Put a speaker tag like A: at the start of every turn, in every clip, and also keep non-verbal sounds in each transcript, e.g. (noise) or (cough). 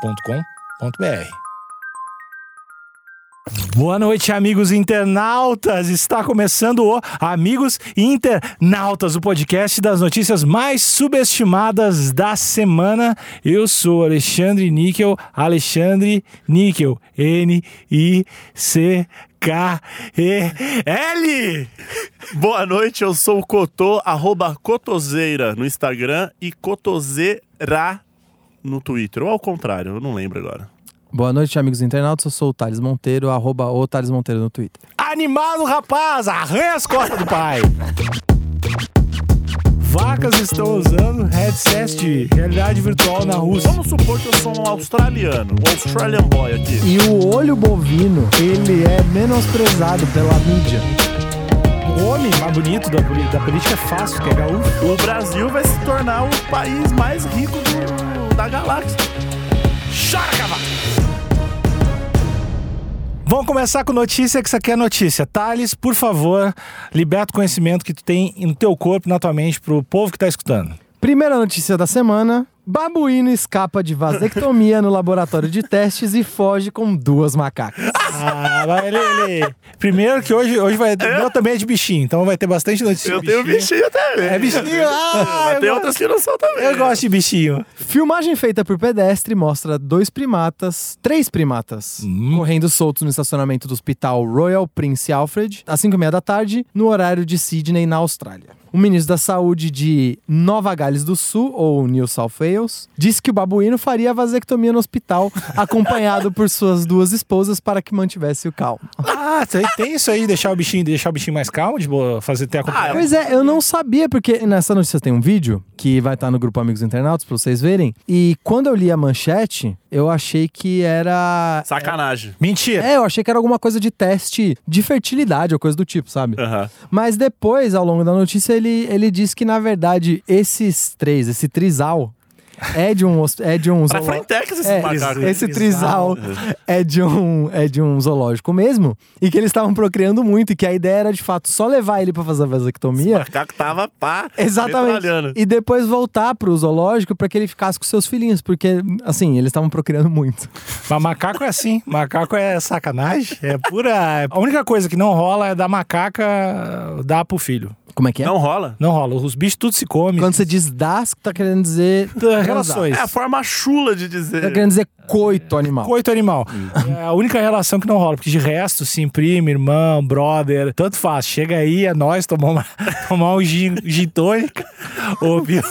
A: agenciadepodcast.com.br. Boa noite, amigos internautas! Está começando o Amigos Internautas, o podcast das notícias mais subestimadas da semana. Eu sou Alexandre Níquel, Alexandre Níquel, N-I-C-K-E-L!
B: Boa noite, eu sou o Cotô, arroba Cotoseira no Instagram e Cotoseira no Twitter. Ou ao contrário, eu não lembro agora.
C: Boa noite, amigos internautas. Eu sou o Thales Monteiro, arroba o Thales Monteiro no Twitter.
A: Animado, rapaz! Arranha as costas do pai! Vacas estão usando headset de realidade virtual na Rússia.
B: Vamos supor que eu sou um australiano, um Australian boy aqui.
C: E o olho bovino, ele é menosprezado pela mídia.
A: O homem mais bonito da, poli- da política é fácil, que é gaúcho.
B: O Brasil vai se tornar o país mais rico do- da galáxia. Chora, cavalo!
A: Vamos começar com notícia, que isso aqui é notícia. Thales, por favor, liberta o conhecimento que tu tem no teu corpo, na tua mente, pro povo que tá escutando.
C: Primeira notícia da semana: babuíno escapa de vasectomia no laboratório de testes e foge com duas macacas.
A: Ah, vai, Lele. Primeiro que hoje, hoje vai. O meu também é de bichinho, então vai ter bastante notícia.
B: Eu
A: de
B: tenho bichinho também.
A: É bichinho? Ah,
B: (laughs) Mas
A: eu
B: tem
A: gosto.
B: outras que não são também.
A: Eu gosto de bichinho.
C: Filmagem feita por pedestre mostra dois primatas, três primatas, correndo soltos no estacionamento do hospital Royal Prince Alfred, às 5h30 da tarde, no horário de Sydney, na Austrália. O ministro da Saúde de Nova Gales do Sul, ou New South Wales, disse que o babuíno faria a vasectomia no hospital, acompanhado por suas duas esposas para que mantivesse o calmo.
A: Ah, tem, tem isso aí, deixar o bichinho, deixar o bichinho mais calmo, de boa, fazer ter a
B: Ah,
C: Pois é, eu não sabia, porque nessa notícia tem um vídeo que vai estar no grupo Amigos Internautas pra vocês verem. E quando eu li a manchete, eu achei que era.
B: Sacanagem.
A: Mentira.
C: É, eu achei que era alguma coisa de teste de fertilidade ou coisa do tipo, sabe?
B: Aham.
C: Mas depois, ao longo da notícia, ele, ele diz que, na verdade, esses três, esse trisal, é de um. hos- É de um
B: Pra
C: zoolo-
B: Frentex esses
C: é,
B: macacos.
C: esse trisal é de, um, é de um zoológico mesmo, e que eles estavam procriando muito, e que a ideia era de fato só levar ele pra fazer a
B: O
C: vasectomia
B: macaco tava pá.
C: Exatamente.
B: metralhando.
C: E depois voltar pro zoológico pra que ele ficasse com seus filhinhos, porque, assim, eles estavam procriando muito.
A: Mas macaco é assim. Macaco é sacanagem. É pura. A única coisa que não rola é dar macaca, dar pro filho.
C: Como é que é?
B: Não rola?
A: Não rola. Os bichos tudo se comem.
C: Quando você diz das, tá querendo dizer.
A: Relações.
B: É a forma chula de
C: Tá
B: dizer.
C: querendo dizer coito animal.
A: Coito animal. É a única relação que não rola, porque de resto se imprime, irmão, brother, tanto faz. Chega aí, é nós tomar, uma- (laughs) tomar um gin, gin (laughs) tônica, ouvir,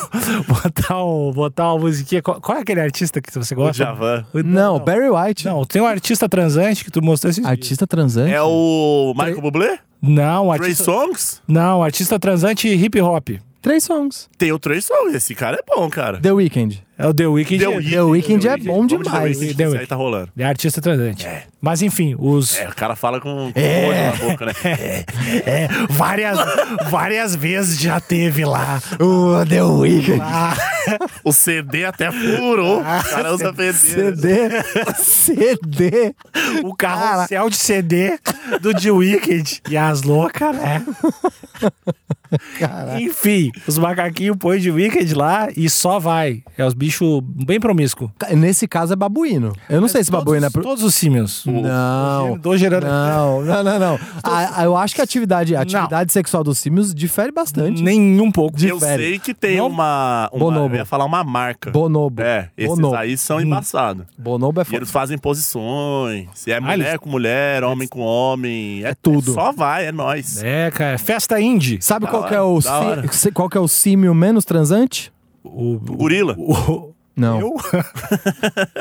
A: botar, um, botar uma musiquinha. Qual, qual é aquele artista que você
B: O
A: gosta?
B: Javan.
C: Não, Barry White.
A: Não, tem um artista transante que tu mostrou esses dias.
C: Artista transante.
B: É o Michael Bublé?
A: Não, um
B: Trey
A: artista,
B: Songs?
A: não, artista transante hip hop.
C: Três songs.
B: Tem o Trey Songs. Esse cara é bom, cara.
C: The Weeknd.
A: É o The Weeknd.
B: Deu Weeknd.
C: The Weeknd é bom
B: Vamos de The
C: demais.
B: Weeknd,
A: The
B: Isso aí
A: Weeknd.
B: tá rolando.
A: É artista transante. Mas enfim, os
B: É, o cara fala com, com olho na boca, né?
A: é, várias várias vezes já teve lá.
C: Uh, The Weeknd. (laughs)
A: Ah,
B: O CD até furou. O cara usa CD.
C: CD. CD.
A: o carrossel de CD do The Weeknd e as loucas, né? Enfim, os macaquinhos põem The Weeknd lá e só vai. É os bichos bem promíscuos.
C: Nesse caso é babuíno. Eu não sei se babuíno é.
A: todos, né?
C: Pro...
A: todos os símios.
C: Não.
A: Tô gerando.
C: Não, não, não, não. A- a- eu acho que a atividade, a atividade sexual dos símios difere bastante.
A: Nenhum pouco.
B: Eu sei que tem
A: Não?
B: uma, uma.
C: Bonobo.
B: Eu ia falar uma marca.
C: Bonobo.
B: É, esses
C: Bonobo.
B: aí são embaçados.
C: Bonobo é
B: E
C: foda.
B: eles fazem posições. Se é mulher
A: eles-
B: com mulher, homem com homem. É,
C: tudo.
B: Só vai, é nóis.
A: É, cara. Festa indie.
C: Sabe
B: Da
C: qual, que é
B: hora, da
C: o sí-
B: hora.
C: se- qual que é o símio menos transante?
A: O, o-
B: Gorila.
A: o-
C: Não.
A: eu?
C: (laughs)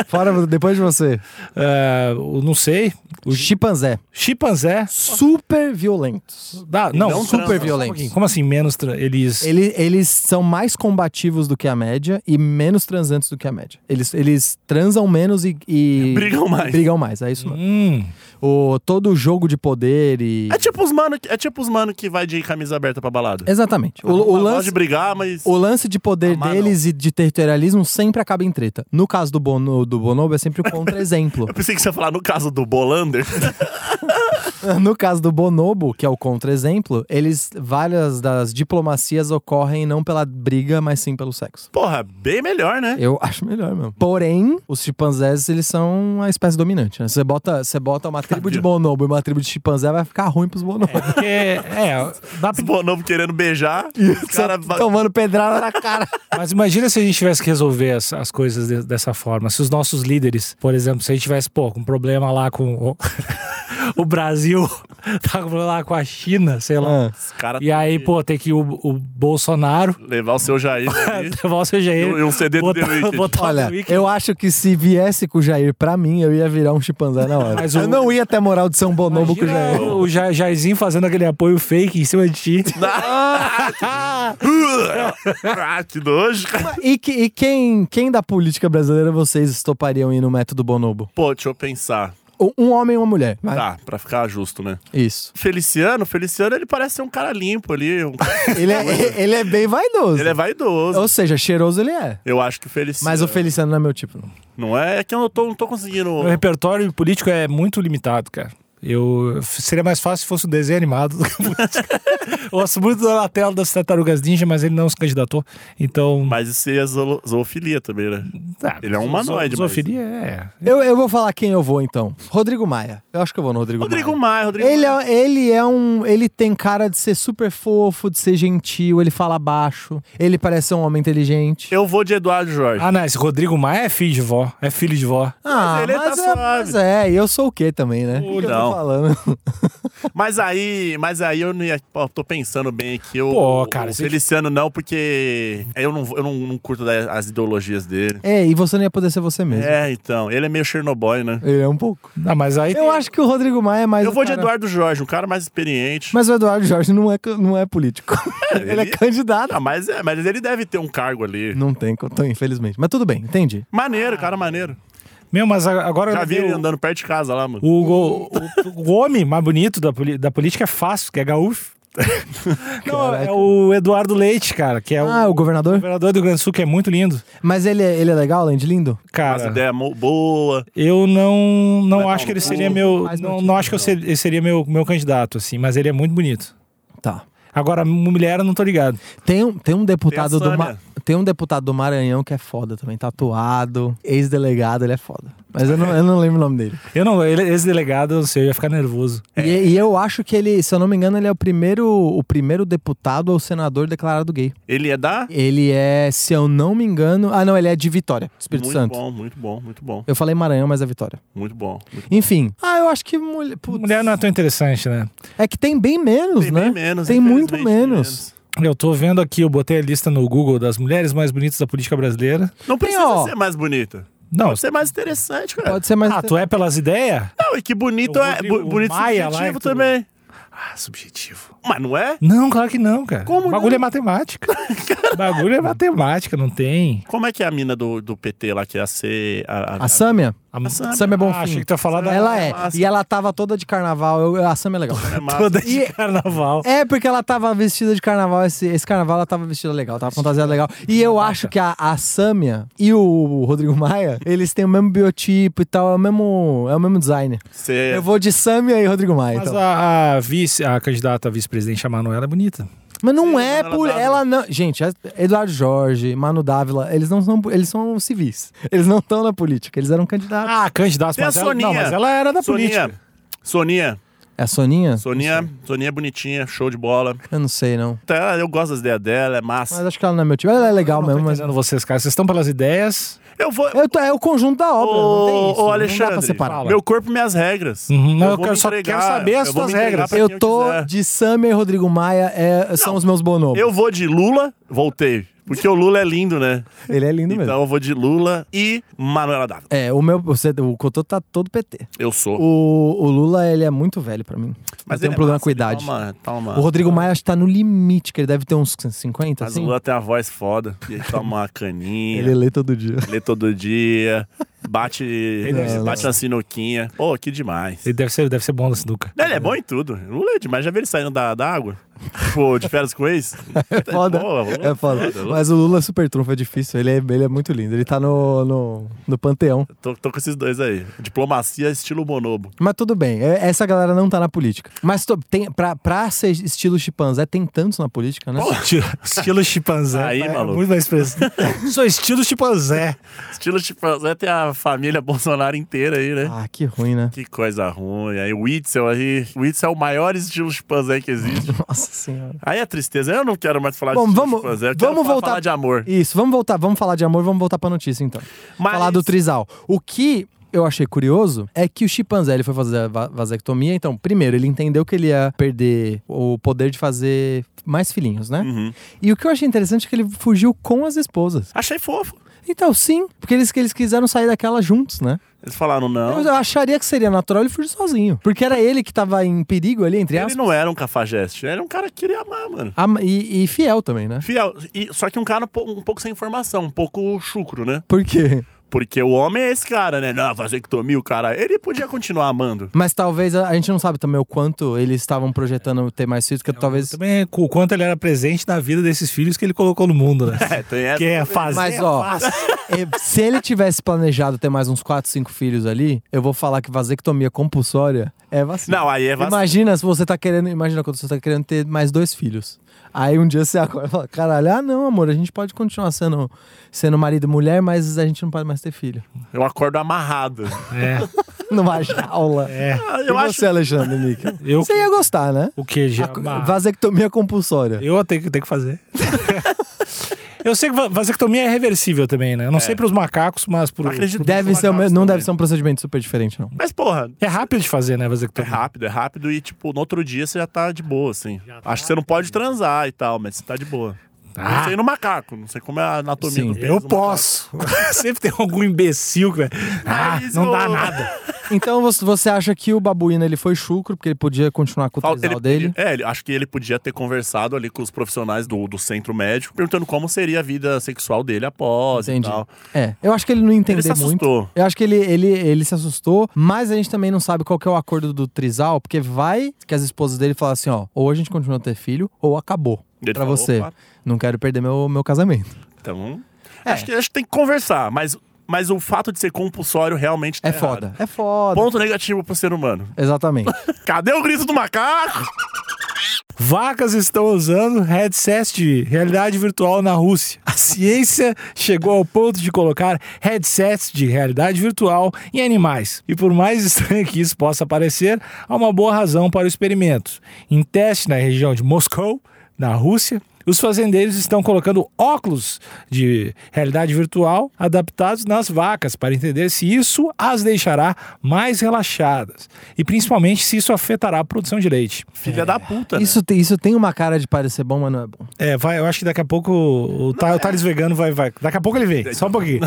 C: Fora depois de você.
A: É, eu não sei.
C: O chimpanzé.
A: Chimpanzé.
C: Super violentos.
A: Dá, não,
B: não
A: super
B: transam.
A: violento. Como assim, menos tra- eles.
C: Ele- eles são mais combativos do que a média e menos transantes do que a média. Eles, eles transam menos e, e-
B: (laughs) Brigam mais. Uhum.
C: brigam mais, é isso mesmo.
A: Hum,
C: O, todo o jogo de poder e.
B: É tipo os mano, é tipo os mano que vai de camisa aberta pra balada.
C: Exatamente. É, O,
B: Não
C: o
B: gosta
C: lance,
B: de brigar, mas.
C: o lance de poder
B: Amar,
C: deles e de territorialismo sempre acaba em treta. No caso
B: (laughs)
C: do, Bono, do Bonobo, é sempre o contra-exemplo. (laughs)
B: Eu pensei que você ia falar no caso do Bolander.
C: No caso do bonobo, que é o contra-exemplo, eles várias das diplomacias ocorrem não pela briga, mas sim pelo sexo.
B: Porra, bem melhor, né?
C: Eu (laughs) acho melhor mesmo. Porém, os chimpanzés, eles são a espécie dominante, né? Você bota, você bota uma tribo de bonobo e uma tribo de chimpanzé, vai ficar ruim pros bonobos. (laughs)
A: Porque, é, dá
B: Os
A: pra...
B: bonobos querendo beijar. E os caras.
C: tá Tomando pedrada
A: (laughs)
C: na cara.
A: Mas imagina se a gente tivesse que resolver as, as coisas de- dessa forma. Se os nossos líderes, por exemplo, se a gente tivesse, pô, com um problema lá com o, (laughs) o Brasil, (laughs) tá com problema lá com a China, sei lá.
C: Ah.
B: Cara,
A: E aí, pô, tem que o, o Bolsonaro (laughs)
B: Levar o seu
C: (laughs)
B: Jair. ali.
A: levar o seu Jair.
B: E um CD do
A: botar,
B: The Weeknd.
A: botar
C: Olha,
A: o Weeknd.
C: eu acho que se viesse com o Jair pra mim, eu ia virar um chimpanzé na hora.
A: Mas o-
C: Eu não ia ter moral de ser um bonobo com o
A: Imagina
C: Jair.
A: o Ja- Jairzinho fazendo aquele apoio fake em cima de
C: (laughs)
A: ti.
B: ah, que nojo, cara.
C: E, que- e quem, quem da política brasileira vocês estopariam ir no método bonobo?
B: Pô, deixa eu pensar.
C: Um- Um homem e uma mulher. vai.
B: Tá, pra ficar justo, né?
C: Isso.
B: Feliciano, Feliciano, ele parece ser um cara limpo ali. um-
C: (laughs) (laughs) Ele é, ele é bem vaidoso.
B: Ele é vaidoso.
C: Ou seja, cheiroso ele é.
B: Eu acho que o Feliciano.
C: Mas o Feliciano não é meu tipo, não.
B: Não é, é que eu não tô, não tô conseguindo.
A: Meu repertório político é muito limitado, cara. Eu seria mais fácil se fosse um desenho animado do que música. (laughs) Eu gosto muito do Donatello das Tartarugas Ninja, mas ele não se candidatou. Então,
B: Mas isso é zo- zoofilia também, né?
A: tá,
B: ele é um humanoide,
A: zo- Zoofilia é.
C: Eu, eu vou falar quem eu vou, então. Rodrigo Maia. Eu acho que eu vou no Rodrigo,
B: Rodrigo
C: Maia.
B: Maia, Rodrigo
C: Ele
B: Maia.
C: é, ele é um. Ele tem cara de ser super fofo, de ser gentil, ele fala baixo, ele parece ser um homem inteligente.
B: Eu vou de Eduardo Jorge.
A: Ah, não, esse Rodrigo Maia é filho de vó. É filho de vó.
C: Ah,
B: mas ele tá
C: é,
B: suave.
C: mas é, e eu sou o quê também, né? O que eu
B: não. (laughs)
C: tô falando?
B: Mas aí, mas aí eu não ia. Pô, tô pensando bem aqui. Eu,
A: Pô, cara,
B: o
A: você-
B: Feliciano não, porque eu não, eu não, não curto da- as ideologias dele.
C: É, e você não ia poder ser você mesmo.
B: É, então. Ele é meio Chernobyl, né?
C: Ele é um pouco.
A: Ah, mas aí.
C: Eu acho que o Rodrigo Maia é mais.
B: Eu
C: o
B: vou de
C: cara-
B: Eduardo Jorge, um cara mais experiente.
C: Mas o Eduardo Jorge não é, ca- não é político. (laughs) ele... é
B: ele-
C: candidato.
B: Ah, mas, é, mas ele deve ter um cargo ali.
C: Não tem, então, infelizmente. Mas tudo bem, entendi.
B: Maneiro, cara, maneiro.
A: Meu, mas a- agora.
B: Já vi ele
A: o-
B: andando perto de casa lá, mano.
A: O, go- o- o homem mais bonito da, poli- da política é fácil, que é gaúcho. (laughs) Não, é
C: Caraca.
A: o Eduardo Leite, cara, que é
C: Ah,
A: o
C: o governador?
A: governador do Rio Grande do Sul, que é muito lindo.
C: Mas ele é, ele é legal, além de lindo?
B: As
A: Cara,
B: ideias mo- boa.
A: eu não, não
B: Mas
A: acho
B: não,
A: que ele
B: o-
A: seria meu.
C: faz
A: Não,
C: notícia,
A: não acho que eu ser- ele seria meu, meu candidato, assim, mas ele é muito bonito.
C: Tá.
A: Agora, mulher, eu não tô ligado.
C: Tem um, tem um deputado
B: Tem a
C: do Ma-
B: Sâmia.
C: tem um deputado do Maranhão que é foda também, tatuado, ex-delegado, ele é foda. Mas eu não, eu não lembro o nome dele.
A: Eu não, ele, esse delegado, eu não sei, eu ia ficar nervoso.
C: E, e eu acho que ele, se eu não me engano, ele é o primeiro, o primeiro deputado ou senador declarado gay.
B: Ele é da.
C: Ele é, se eu não me engano, ah não, ele é de Vitória, Espírito
B: muito
C: Santo.
B: bom, muito bom, muito bom,
C: Eu falei Maranhão, mas é Vitória.
B: muito bom. Muito
C: Enfim. Ah, eu acho que mulher, putz,
A: Mulher não é tão interessante, né?
C: é que tem bem menos,
B: Tem
C: né?
B: bem menos.
C: tem muito
B: infelizmente, tem
C: menos.
A: Eu tô vendo aqui, eu botei a lista no Google das mulheres mais bonitas da política brasileira.
B: Não precisa
C: ó.
B: ser mais bonita.
A: Não,
B: Pode ser mais interessante, cara.
C: Pode ser mais
A: ah, tu
B: né?
A: é pelas ideias?
B: Não, e que bonito
A: O
B: é.
A: Rodrigo-
B: bu- bonito
A: o Maia lá
B: subjetivo
A: é tudo.
B: também.
A: Ah, subjetivo.
B: Mas não é?
A: Não, claro que não, cara.
B: Como não?
A: Bagulho é
B: (laughs)
A: matemática. Bagulho é matemática, não tem.
B: Como é que é a mina do, do PT lá, que é a C. A, a-
C: A Sâmia?
A: A
B: Sâmia.
C: Sâmia Bonfim.
A: Ah, achei que tu ia falar da
C: Ela é.
B: massa.
C: E ela tava toda de carnaval. Eu, eu- a Sam é legal.
B: é massa.
A: toda de carnaval.
C: É, porque ela tava vestida de carnaval. Esse, esse carnaval ela tava vestida legal, tava fantasiada legal. E eu acho que a, a Sâmia e o Rodrigo Maia, eles têm o mesmo biotipo e tal, é o mesmo, é o mesmo design.
B: Cê-
C: Eu vou de Sâmia e Rodrigo Maia,
A: Mas
C: então.
A: a, a vice, a candidata a vice-presidente, a Manuela, é bonita.
C: Mas não
B: Sim,
C: é
B: Manuela
C: por.
B: Dávila.
C: Ela não. Gente, é- Eduardo Jorge, Manu Dávila, eles não são. Eles são civis. Eles não estão na política, eles eram candidatos.
A: Ah, candidata,
B: Tem a
A: mas ela, não,
B: Soninha.
A: mas ela era da
B: Soninha.
A: política.
B: Soninha.
C: É a Soninha?
B: Soninha. Soninha é bonitinha, show de bola.
C: Eu não sei, não.
B: Tá, ela- Eu gosto das ideias dela, é massa.
C: Mas acho que ela não é meu tipo. Ela
B: Ah,
C: é legal
A: Não tô
C: mesmo, mas.
A: entendendo vocês, cara. Vocês estão pelas ideias.
B: Eu vou.
C: Eu tô- é o conjunto da obra, não tem
B: Ô,
C: isso.
B: ô,
C: não dá pra
B: Alexandre,
C: separar.
A: fala.
B: meu corpo, minhas regras.
A: Uhum, não, eu
B: vou
A: quero-
B: me
A: só
B: entregar,
A: quero saber as
B: eu vou
A: tuas
B: me entregar
A: regras.
B: pra
C: eu
B: quem
C: tô
B: quiser.
C: de Summer e Rodrigo Maia é- são os meus bonobos.
B: Eu vou de Lula, voltei. Porque o Lula é lindo, né?
C: Ele é lindo mesmo.
B: Então eu vou de Lula e Manuela Dávila.
C: É, o meu, você, o Cotô tá todo PT.
B: Eu sou.
C: O, o Lula, ele é muito velho pra mim. Mas tem um
B: ele é
C: problema
B: massa,
C: com a
B: ele
C: idade.
B: Toma, toma.
C: O Rodrigo Maia acho que tá no limite, que ele deve ter uns 50,
B: Mas é. o
C: assim.
B: Lula tem uma voz foda. E
C: (laughs)
B: ele toma uma caninha,
C: Ele lê todo dia.
B: lê todo dia, bate,
A: é
B: bate na sinuquinha. Pô, que demais.
A: Ele deve ser, deve ser bom né, na sinuca.
B: Ele é bom em tudo. O Lula é demais. Já vi ele saindo da, da água? Pô, de férias com ex?
C: (laughs) É foda. é foda. Mas o Lula é super trunfo, é difícil. Ele é, ele é muito lindo. Ele tá no, no, no panteão.
B: Tô, tô com esses dois aí. Diplomacia estilo
C: (laughs)
B: bonobo.
C: Mas tudo bem, é- essa galera não tá na política. Mas tô, tem, pra, pra ser estilo chimpanzé, tem tantos na política, né?
A: Estilo, estilo chimpanzé.
B: Aí,
A: é
B: maluco.
A: Muito mais (laughs) preso. Sou estilo chimpanzé.
B: Estilo chimpanzé tem a família Bolsonaro inteira aí, né?
C: Ah, que ruim,
B: (laughs)
C: né?
B: Que coisa ruim. Aí o Witzel aí. O Witzel é o maior estilo chimpanzé que existe.
C: Nossa senhora.
B: Aí é tristeza. Eu não quero mais falar
C: Bom,
B: de estilo
C: vamos-
B: chimpanzé. Eu quero
C: vamos
B: falar-
C: voltar-
B: falar de amor.
C: Isso, vamos voltar, vamos falar de amor, vamos voltar pra notícia então.
B: Mas-
C: Falar do trisal. O que eu achei curioso é que o chimpanzé ele foi fazer a va- vasectomia, então, primeiro, ele entendeu que ele ia perder o poder de fazer mais filhinhos, né?
B: Uhum.
C: E o que eu achei interessante é que ele fugiu com as esposas.
B: Achei fofo.
C: Então, sim, porque eles, que eles quiseram sair daquela juntos, né?
B: Eles falaram não.
C: Eu acharia que seria natural ele fugir sozinho. Porque era ele que tava em perigo ali, entre
B: Ele
C: aspas.
B: não era um cafajeste. Ele era um cara que queria amar, mano.
C: Ama- E, e fiel também, né?
B: Fiel. E, só que um cara um po- um pouco sem informação, um pouco chucro, né?
C: Por quê?
B: Porque o homem é esse cara, né? Não, vasectomia, o cara. Ele podia continuar amando.
C: Mas talvez a, a gente não sabe também o quanto eles estavam projetando ter mais filhos, que talvez.
A: Também é o quanto ele era presente na vida desses filhos que ele colocou no mundo, né?
B: É, tem essa.
A: Que (laughs) é fazer.
C: Mas,
A: é
C: ó, (laughs)
A: fácil.
C: eh, se ele tivesse planejado ter mais uns 4, 5 filhos ali, eu vou falar que vasectomia compulsória é vacina.
B: Não, aí é vacilo.
C: Imagina se você tá querendo. Imagina quando você tá querendo ter mais dois filhos. Aí um dia você acorda e fala: caralho, ah não, amor, a gente pode continuar sendo, sendo marido e mulher, mas a gente não pode mais ter filho.
B: Eu acordo
C: (laughs)
B: amarrado.
A: É,
C: Numa jaula.
A: é.
B: Ah,
C: e
B: eu acho.
C: você, Alexandre Mica?
A: Eu-
C: Você ia gostar, né?
A: O que, já?
C: Vasectomia compulsória.
A: Eu tenho, que- tenho que (laughs) fazer. Eu sei que va- vasectomia é reversível também, né? Eu não sei pros macacos, mas pro.
B: Acredito
C: Deve
B: que é
C: ser, o me-
B: macacos
C: não
B: também.
C: deve ser um procedimento super
B: (laughs)
C: diferente, não.
B: Mas, porra,
A: É rápido de fazer, né,
B: é
A: vasectomia?
B: rápido, é rápido e, tipo, no outro dia você já tá de boa, assim. Acho que você não pode transar e tal, mas você tá de boa.
A: Ah.
B: Não sei no macaco, não sei como é a anatomia
C: Sim.
B: do pênis
A: Eu
B: do macaco.
A: posso. Sempre tem algum imbecil que vai. Ah,
B: Mas
A: não
B: o-
A: dá nada.
C: Então você- você acha que o babuíno ele foi chucro, porque ele podia continuar com o
B: Fal-
C: trisal dele?
B: ele- é, ele- acho que ele podia ter conversado ali com os profissionais do, do centro médico, perguntando como seria a vida sexual dele após
C: Entendi.
B: e tal.
C: É, eu acho que ele não entendeu
B: Ele se
C: muito.
B: assustou.
C: Eu acho que ele, ele, ele se assustou, mas a gente também não sabe qual que é o acordo do Trisal, porque vai que as esposas dele falam assim, ó, ou a gente continua a ter filho, ou acabou.
B: Ele
C: pra
B: falou,
C: você.
B: opa.
C: Não quero perder meu, meu casamento.
B: Então,
C: É.
B: acho, que, acho que tem que conversar, mas, mas o fato de ser compulsório realmente tá
C: É
B: errado.
C: foda. É foda.
B: Ponto negativo pro ser humano.
C: Exatamente.
B: Cadê o grito do macaco?
A: Vacas estão usando headset de realidade virtual na Rússia. A ciência chegou ao ponto de colocar headsets de realidade virtual em animais. E por mais estranho que isso possa parecer, há uma boa razão para o experimento. Em teste na região de Moscou, na Rússia, os fazendeiros estão colocando óculos de realidade virtual adaptados nas vacas para entender se isso as deixará mais relaxadas e principalmente se isso afetará a produção de leite.
B: Filha da puta, né?
C: É. Isso, tem- isso tem uma cara de parecer bom, mas não é bom.
A: É, vai, eu acho que daqui a pouco o, Ta- o Thales Vegano vai, vai. Daqui a pouco ele vem, só um pouquinho.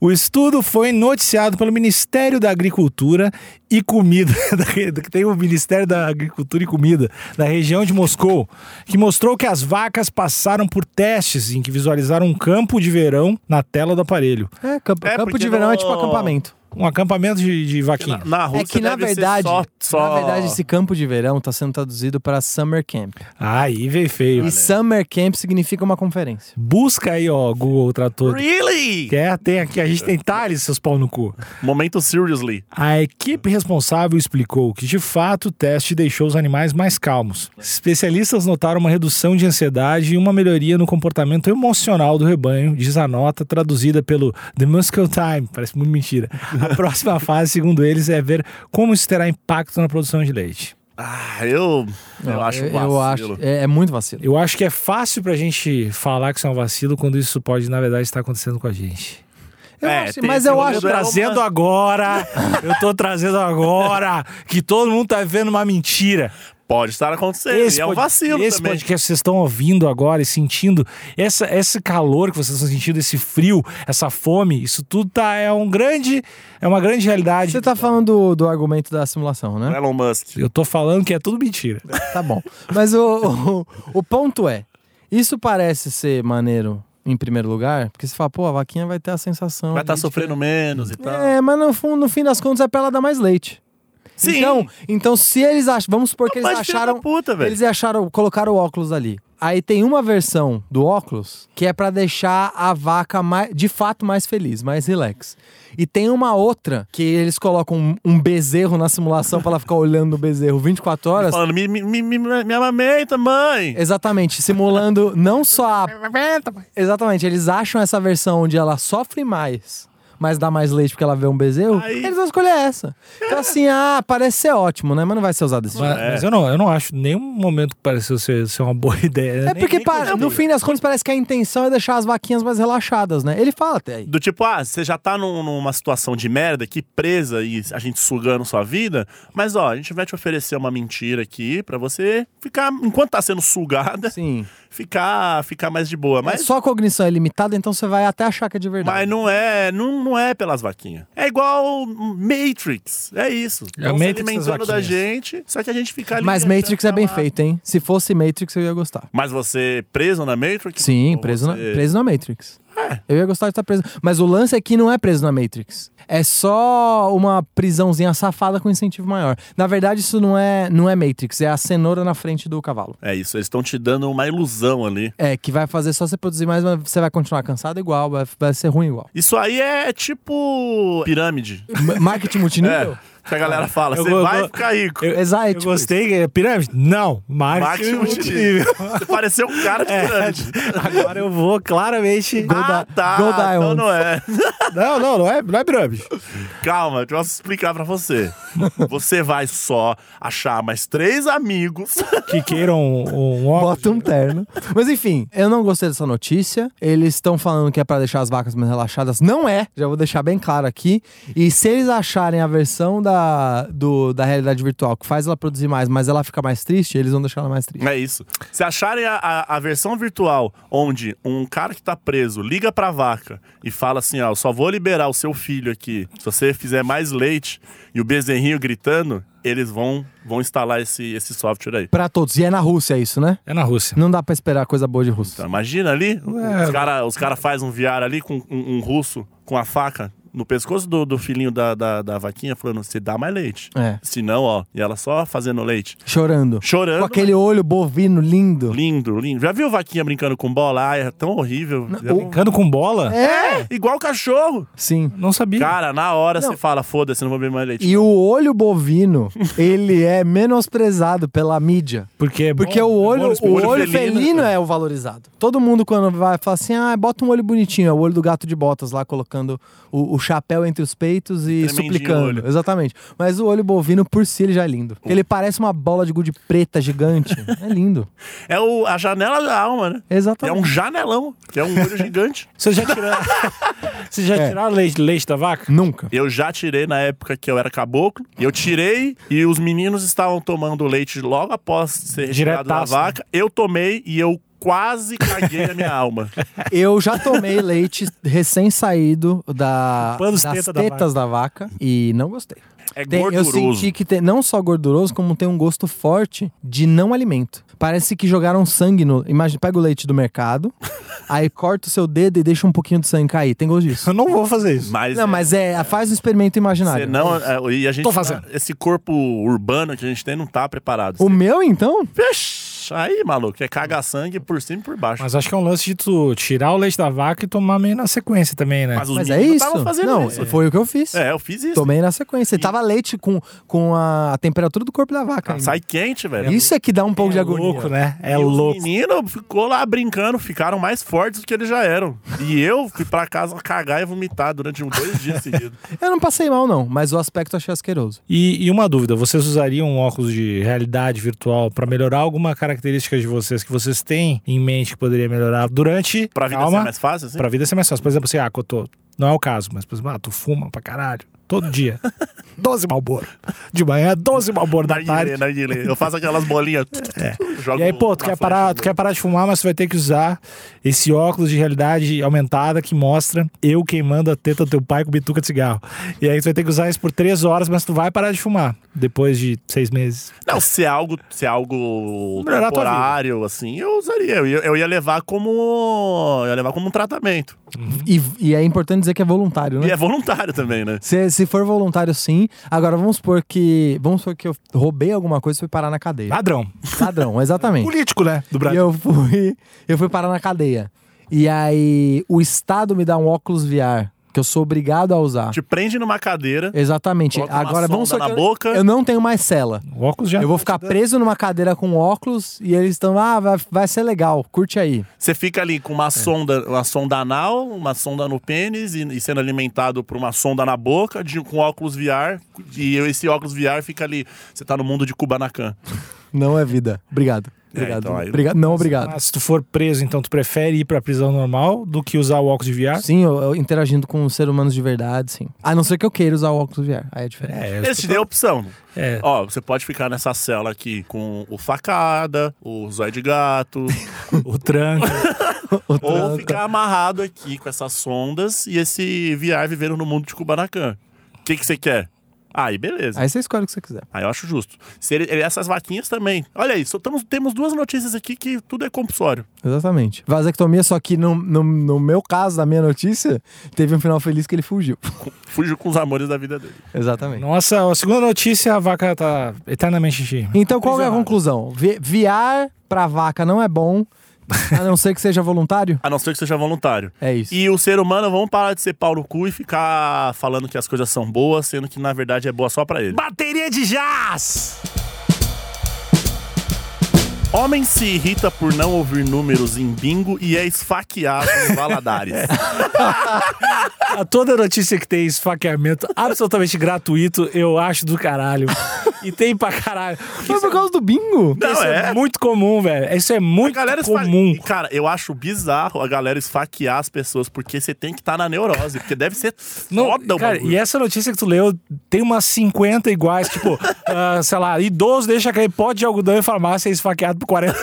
A: O estudo foi noticiado pelo Ministério da Agricultura e Comida, (laughs) da- que tem o Ministério da Agricultura e Comida, da região de Moscou, que mostrou que as vacas passaram por testes em que visualizaram um campo de verão na tela do aparelho.
C: É, campo,
B: É,
C: campo
B: porque
C: de verão é
B: no-
C: tipo acampamento.
A: Um acampamento de, de
B: Na,
A: vaquinha.
B: na Rússia
C: É que na
B: deve ser
C: verdade,
B: só, só...
C: na verdade esse campo de verão tá sendo traduzido para summer camp.
A: Aí veio feio.
C: E summer camp significa uma conferência.
A: Busca aí, ó, Google Trator.
B: Really?
A: Que é, tem aqui, a gente tem Thales, seus pau no cu.
B: Momento seriously.
A: A equipe responsável explicou que, de fato, o teste deixou os animais mais calmos. Especialistas notaram uma redução de ansiedade e uma melhoria no comportamento emocional do rebanho, diz a nota traduzida pelo The Moscow Time. Parece muito mentira. A próxima fase, segundo eles, é ver como isso terá impacto na produção de leite.
B: Ah, eu... Eu, acho um
C: eu,
B: vacilo.
C: acho- é, é muito vacilo.
A: Eu acho que é fácil pra gente falar que isso é um vacilo quando isso pode, na verdade, estar acontecendo com a gente.
C: Eu
B: É,
C: acho,
B: tem
C: mas
B: esse
C: eu
A: Tô
B: lado
C: acho.
B: do-
A: trazendo agora, eu tô trazendo agora que todo mundo tá vendo uma mentira.
B: Pode estar acontecendo. e é um
A: pod-
B: vacilo
A: esse
B: também.
A: podcast que vocês estão ouvindo agora e sentindo essa, esse calor que vocês estão sentindo, esse frio, essa fome, isso tudo tá é um grande é uma grande realidade.
C: Você tá falando do, do argumento da simulação, né?
B: Elon Musk.
A: Eu tô falando que é tudo mentira.
C: Tá bom. Mas o, o, o ponto é: isso parece ser maneiro em primeiro lugar, porque você fala, pô, a vaquinha vai ter a sensação.
B: Vai tá estar
C: ali de-
B: sofrendo menos e tal.
C: É, mas no, fundo, no fim das contas é pra ela dar mais leite.
B: Sim.
C: Então, então se eles acham, vamos supor que eles
B: Mas filho
C: acharam,
B: da puta, velho.
C: eles acharam, colocaram o óculos ali. Aí tem uma versão do óculos que é pra deixar a vaca mais, de fato mais feliz, mais relax. E tem uma outra que eles colocam um, um bezerro na simulação pra ela ficar olhando o bezerro 24 horas.
B: Falando, me, me, me, me, me amamenta,
C: É.
B: mãe.
C: Exatamente, simulando não só a. Exatamente, eles acham essa versão onde ela sofre mais, mas dá mais leite porque ela vê um bezerro,
B: Aí-
C: eles vão escolher essa. Então assim, ah, parece ser ótimo, né? Mas não vai ser usado desse
A: Mas,
C: jeito.
A: mas eu, não, eu não acho nenhum momento que pareceu ser, ser uma boa (laughs) ideia. né?
C: É
A: Nem-
C: porque
A: nem
C: pa-
A: cogitei.
C: no fim das contas parece que a intenção é deixar as vaquinhas mais relaxadas, né? Ele fala até aí.
B: Do tipo, ah, você já tá num- numa situação de merda aqui, presa e a gente sugando sua vida, mas ó, a gente vai te oferecer uma mentira aqui pra você ficar, enquanto tá sendo sugada,
C: Sim.
B: ficar, ficar mais de boa.
C: Mas
B: Mas,
C: só a cognição é limitada, então você vai até achar que é de verdade.
B: mas não é não, não é pelas vaquinhas. É igual Matrix, é isso.
A: É
B: Tão
A: o
B: se
A: Matrix das
B: alimentando da
A: vaquinhas.
B: gente, só que a gente fica ali...
C: Mas
B: tentando
C: Matrix é bem
B: falar.
C: feito, hein? Se fosse Matrix, eu ia gostar.
B: Mas você é preso na Matrix?
C: Sim,
B: Ou
C: preso na,
B: Então você-
C: preso na Matrix.
B: É.
C: Eu ia gostar de estar preso. Mas o lance é que não é preso na Matrix. É só uma prisãozinha safada com incentivo maior. Na verdade, isso não é, não é Matrix, é a cenoura na frente do cavalo.
B: É isso, eles estão te dando uma ilusão ali.
C: É, que vai fazer só você produzir mais, mas você vai continuar cansado igual, vai, vai ser ruim igual.
B: Isso aí é tipo pirâmide.
C: M- Marketing multinível?
B: (laughs) É, que a galera fala,
A: Eu
B: você
A: go-
B: vai
A: go-
B: ficar rico.
A: Eu-
C: Exato. é
A: Eu
C: tipo
A: gostei. é pirâmide? Não. é Marketing
B: Marketing (laughs)
A: multinível.
B: Você pareceu um cara de pirâmide.
A: Agora eu vou claramente.
B: Ah,
C: Go-
B: tá,
C: Go
B: então
C: Diamonds.
B: não é. (laughs)
A: Não, não, não é, não é pirâmide.
B: Calma, deixa eu explicar pra você. Você vai só achar mais três amigos.
A: Que queiram um, um
C: isso.
A: óculos.
C: Bota um terno. Mas enfim, eu não gostei dessa notícia. Eles estão falando que é pra deixar as vacas mais relaxadas. Não é, já vou deixar bem claro aqui. E se eles acharem a versão da, do- da realidade virtual que faz ela produzir mais, mas ela fica mais triste, eles vão deixar ela mais triste.
B: É isso. Se acharem a, a- a versão virtual onde um cara que tá preso liga pra vaca e fala assim: ó, eu só vou liberar o seu filho aqui se você fizer mais leite e o bezerrinho gritando, eles vão, vão instalar esse, esse software aí.
C: Pra todos. E é na Rússia isso, né?
A: É na Rússia.
C: Não dá pra esperar coisa boa de russo.
B: Então, imagina ali,
C: É.
B: os caras os cara fazem um viar ali com um, um russo com a faca no pescoço do, do filhinho da, da, da vaquinha, falando: se dá mais leite.
C: É.
B: Se não, ó, e ela só fazendo leite.
C: Chorando.
B: Chorando. né?
C: Com aquele olho bovino lindo.
B: Lindo, lindo. Já viu vaquinha brincando com bola? Ah, é tão horrível. Eu não-
A: Brincando com bola?
C: É!
B: Igual cachorro.
C: Sim.
A: Não sabia.
B: Cara, na hora
C: Não.
B: você fala, foda-se, não vou beber mais leite.
C: E o olho bovino, ele é menosprezado pela mídia.
A: porque é
C: Porque
A: bom-
C: o
A: é
C: olho,
A: bom
C: o
A: esporte.
C: olho felino, é o valorizado. Todo mundo, quando vai falar assim, ah, bota um olho bonitinho, é o olho do gato de botas lá, colocando o, o chapéu entre os peitos e
B: Tremendinho
C: suplicando.
B: olho.
C: Exatamente. Mas o olho bovino, por si, ele já é lindo. Ele parece uma bola de gude preta gigante. é lindo.
B: É o, a janela da alma, né? É
C: Exatamente.
B: um janelão, que é um olho
C: (laughs)
B: gigante.
A: Vocês já (laughs) tiraram. Vocês já tiraram leite, leite da vaca?
C: Nunca.
B: Eu já tirei na época que eu era caboclo. Eu tirei e os meninos estavam tomando leite logo após ser retirado da
A: Diretaço,
C: né?
B: vaca. Eu tomei e eu quase caguei a minha alma.
C: Eu já tomei leite recém-saído da,
A: Chupando
C: das
A: os
C: tetas,
A: teta da
C: da vaca e não gostei.
B: É
C: Tem- Eu
B: gorduroso.
C: senti que tem, não só gorduroso, como tem um gosto forte de não alimento. Parece que jogaram sangue no. Imagina, pega o leite
B: (laughs)
C: do mercado, aí corta o seu dedo e deixa um pouquinho de sangue cair. Tem gosto disso.
A: Eu não vou fazer isso.
B: Mas,
C: Não, mas é, faz um experimento
B: você
C: imaginário.
B: não, é, e a gente
A: Tô
B: tá-
A: fazendo.
B: esse corpo urbano que a gente tem não tá preparado.
C: O meu, então?
B: Vixe, Aí, maluco, é caga sangue por cima e por baixo.
A: Mas acho que é um lance de tu tirar o leite da vaca e tomar meio na sequência também, né?
B: Mas os
C: Mas é
B: meninos
C: isso?
B: estavam fazendo
C: Não,
B: isso.
C: foi o que eu fiz.
B: É, eu fiz isso.
C: Tomei na sequência. E tava leite com, com a, a temperatura do corpo da vaca. ainda.
B: Ah, Tá, Sai quente, velho.
C: Isso é que dá um pouco de
A: é
C: agonia.
A: louco, né? É
B: E
A: louco.
B: Os meninos ficou lá brincando, ficaram mais fortes do que eles já eram. E eu fui pra casa cagar e vomitar durante uns dois
A: (laughs)
B: dias seguidos.
C: Eu não passei mal, não, mas o aspecto eu achei asqueroso.
A: E, e uma dúvida, vocês usariam um óculos de realidade virtual para melhorar alguma característica de vocês que vocês têm em mente que poderia melhorar durante
B: Pra vida
A: calma,
B: ser mais fácil, assim?
A: pra vida ser mais fácil. Por exemplo, assim, ah, Cotô, não é o caso, mas por exemplo, ah, tu fuma pra caralho, todo
B: (laughs)
A: dia. 12 Malboro. De manhã, 12 Malboro da tarde. É.
B: Narguilé, narguilé. Eu faço aquelas bolinhas.
A: (laughs)
B: é, Jogo
A: E aí, pô, tu
B: uma
A: quer, parar, tu
B: flecha
A: quer parar de fumar, mas tu vai ter que usar esse óculos de realidade aumentada que mostra eu queimando a teta do teu pai com bituca de cigarro. E aí tu vai ter que usar isso por três horas, mas tu vai parar de fumar depois de seis meses.
B: no- Não, se é algo, se é algo
A: Melhorar a tua
B: temporário, assim, eu usaria. Eu ia, eu ia levar como. Eu ia levar como um tratamento.
C: E, e é importante dizer que é voluntário, né?
B: E é voluntário também, né?
C: Se, se for voluntário, sim. Agora, vamos supor que. Vamos supor que eu roubei alguma coisa e fui parar na cadeia.
A: Ladrão.
B: Ah.
C: Ladrão, exatamente.
A: Político, né? Do
C: E
A: Brasil.
C: eu fui, eu fui parar na cadeia. E aí, o Estado me dá um óculos VR que eu sou obrigado a usar.
B: Te prende numa cadeira.
C: Exatamente.
B: Tipo, Coloca uma
C: Agora, vamos
B: sonda
C: supor que
B: na
C: eu-
B: boca. tá.
C: eu não tenho mais cela.
A: O óculos já.
C: Eu vou ficar preso numa cadeira com óculos e eles estão, ah, vai, vai ser legal, curte aí.
B: Você fica ali com
A: É.
B: uma sonda, uma sonda anal, uma sonda no pênis e, e sendo alimentado por uma sonda na boca de- com óculos VR. E esse óculos VR fica ali. Você tá no mundo de Kubanacan.
C: Não é vida. Obrigado.
B: É,
C: Obrigado.
B: então aí-
C: Obriga- Não, obrigado.
A: Ah, se tu for preso, então tu prefere ir pra prisão normal do que usar o óculos de VR?
C: Sim, eu, eu interagindo com seres humanos de verdade, sim. A não ser que eu queira usar o óculos VR. Aí é diferente.
A: É,
B: Esse te deu opção.
A: É.
B: Ó, você pode ficar nessa cela aqui com o facada, o zóio de gato,
A: (laughs) o tranco.
C: (laughs)
B: ou ficar amarrado aqui com essas sondas e esse VR vivendo no mundo de Kubanacan. O que, que você quer? Aí, beleza.
C: Aí você escolhe o que você quiser.
B: Aí eu acho justo. Se ele- ele- essas vaquinhas também. Olha aí, só tamo- temos duas notícias aqui que tudo é compulsório.
C: Exatamente. Vasectomia, só que no, no, no meu caso, na minha notícia, teve um final feliz que ele fugiu.
B: Fujo com os amores da vida dele.
C: Exatamente.
A: Nossa, a segunda notícia, a vaca tá eternamente cheia.
C: Então, qual é a conclusão? Vi viar pra vaca não é bom, a não ser que seja voluntário?
B: A não ser que seja voluntário.
C: É isso.
B: E o ser humano, vamos parar de ser pau no cu e ficar falando que as coisas são boas, sendo que na verdade é boa só pra ele.
A: Bateria de jazz!
B: Homem se irrita por não ouvir números em bingo e é esfaqueado
A: (laughs)
B: em Valadares.
A: É A Toda notícia que tem esfaqueamento absolutamente gratuito, eu acho do caralho. E tem pra caralho. é
C: Foi por causa do bingo?
B: Não,
A: Isso é
B: é.
A: muito comum, velho. Isso é
B: A
A: muito
B: galera esfa-
A: comum.
B: E, Cara, eu acho bizarro a galera esfaquear as pessoas, porque você tem que estar na neurose, porque deve ser
A: Não,
B: foda o
A: cara,
B: bagulho.
A: e é- essa notícia que tu leu tem umas 50 iguais, tipo,
B: (laughs)
A: ah, sei lá, idoso deixa cair pote de algodão em farmácia e é esfaqueado por 40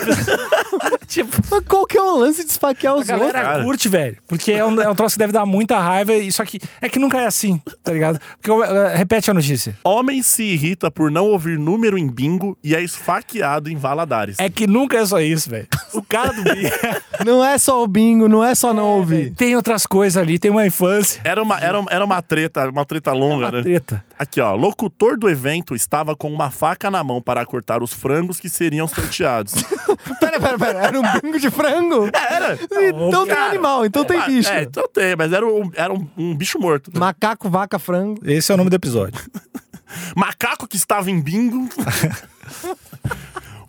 A: Tipo,
C: Mas qual que é o lance de esfaquear
A: a
C: os outros?
A: galera
B: é cara.
A: curte, velho. Porque é um, é um troço que deve dar muita raiva, e só que é que nunca é assim, tá ligado? Porque, ah, repete a notícia.
B: Homem se irrita por não ouvir número em bingo e é esfaqueado em Valadares.
A: É que nunca é só isso, velho. O cara
B: (laughs)
A: do Bia
C: Não é só o bingo, não é só não ouvir.
A: tem outras coisas ali, tem uma infância.
B: Era uma, era, uma- era uma treta, uma treta longa,
A: Uma (laughs)
B: né?
A: treta.
B: Aqui, ó. Locutor do evento estava com uma faca na mão para cortar os frangos que seriam sorteados.
C: Pera, pera, pera. Era um bingo de frango?
B: Era.
C: (laughs) Então tem
B: Cara,
C: animal, então tem
B: Ah,
C: bicho.
B: É, então tem, mas era um, era um, um bicho morto.
C: Macaco, vaca, frango.
A: Esse é o nome do episódio.
B: Macaco que estava em
C: (laughs)
B: bingo.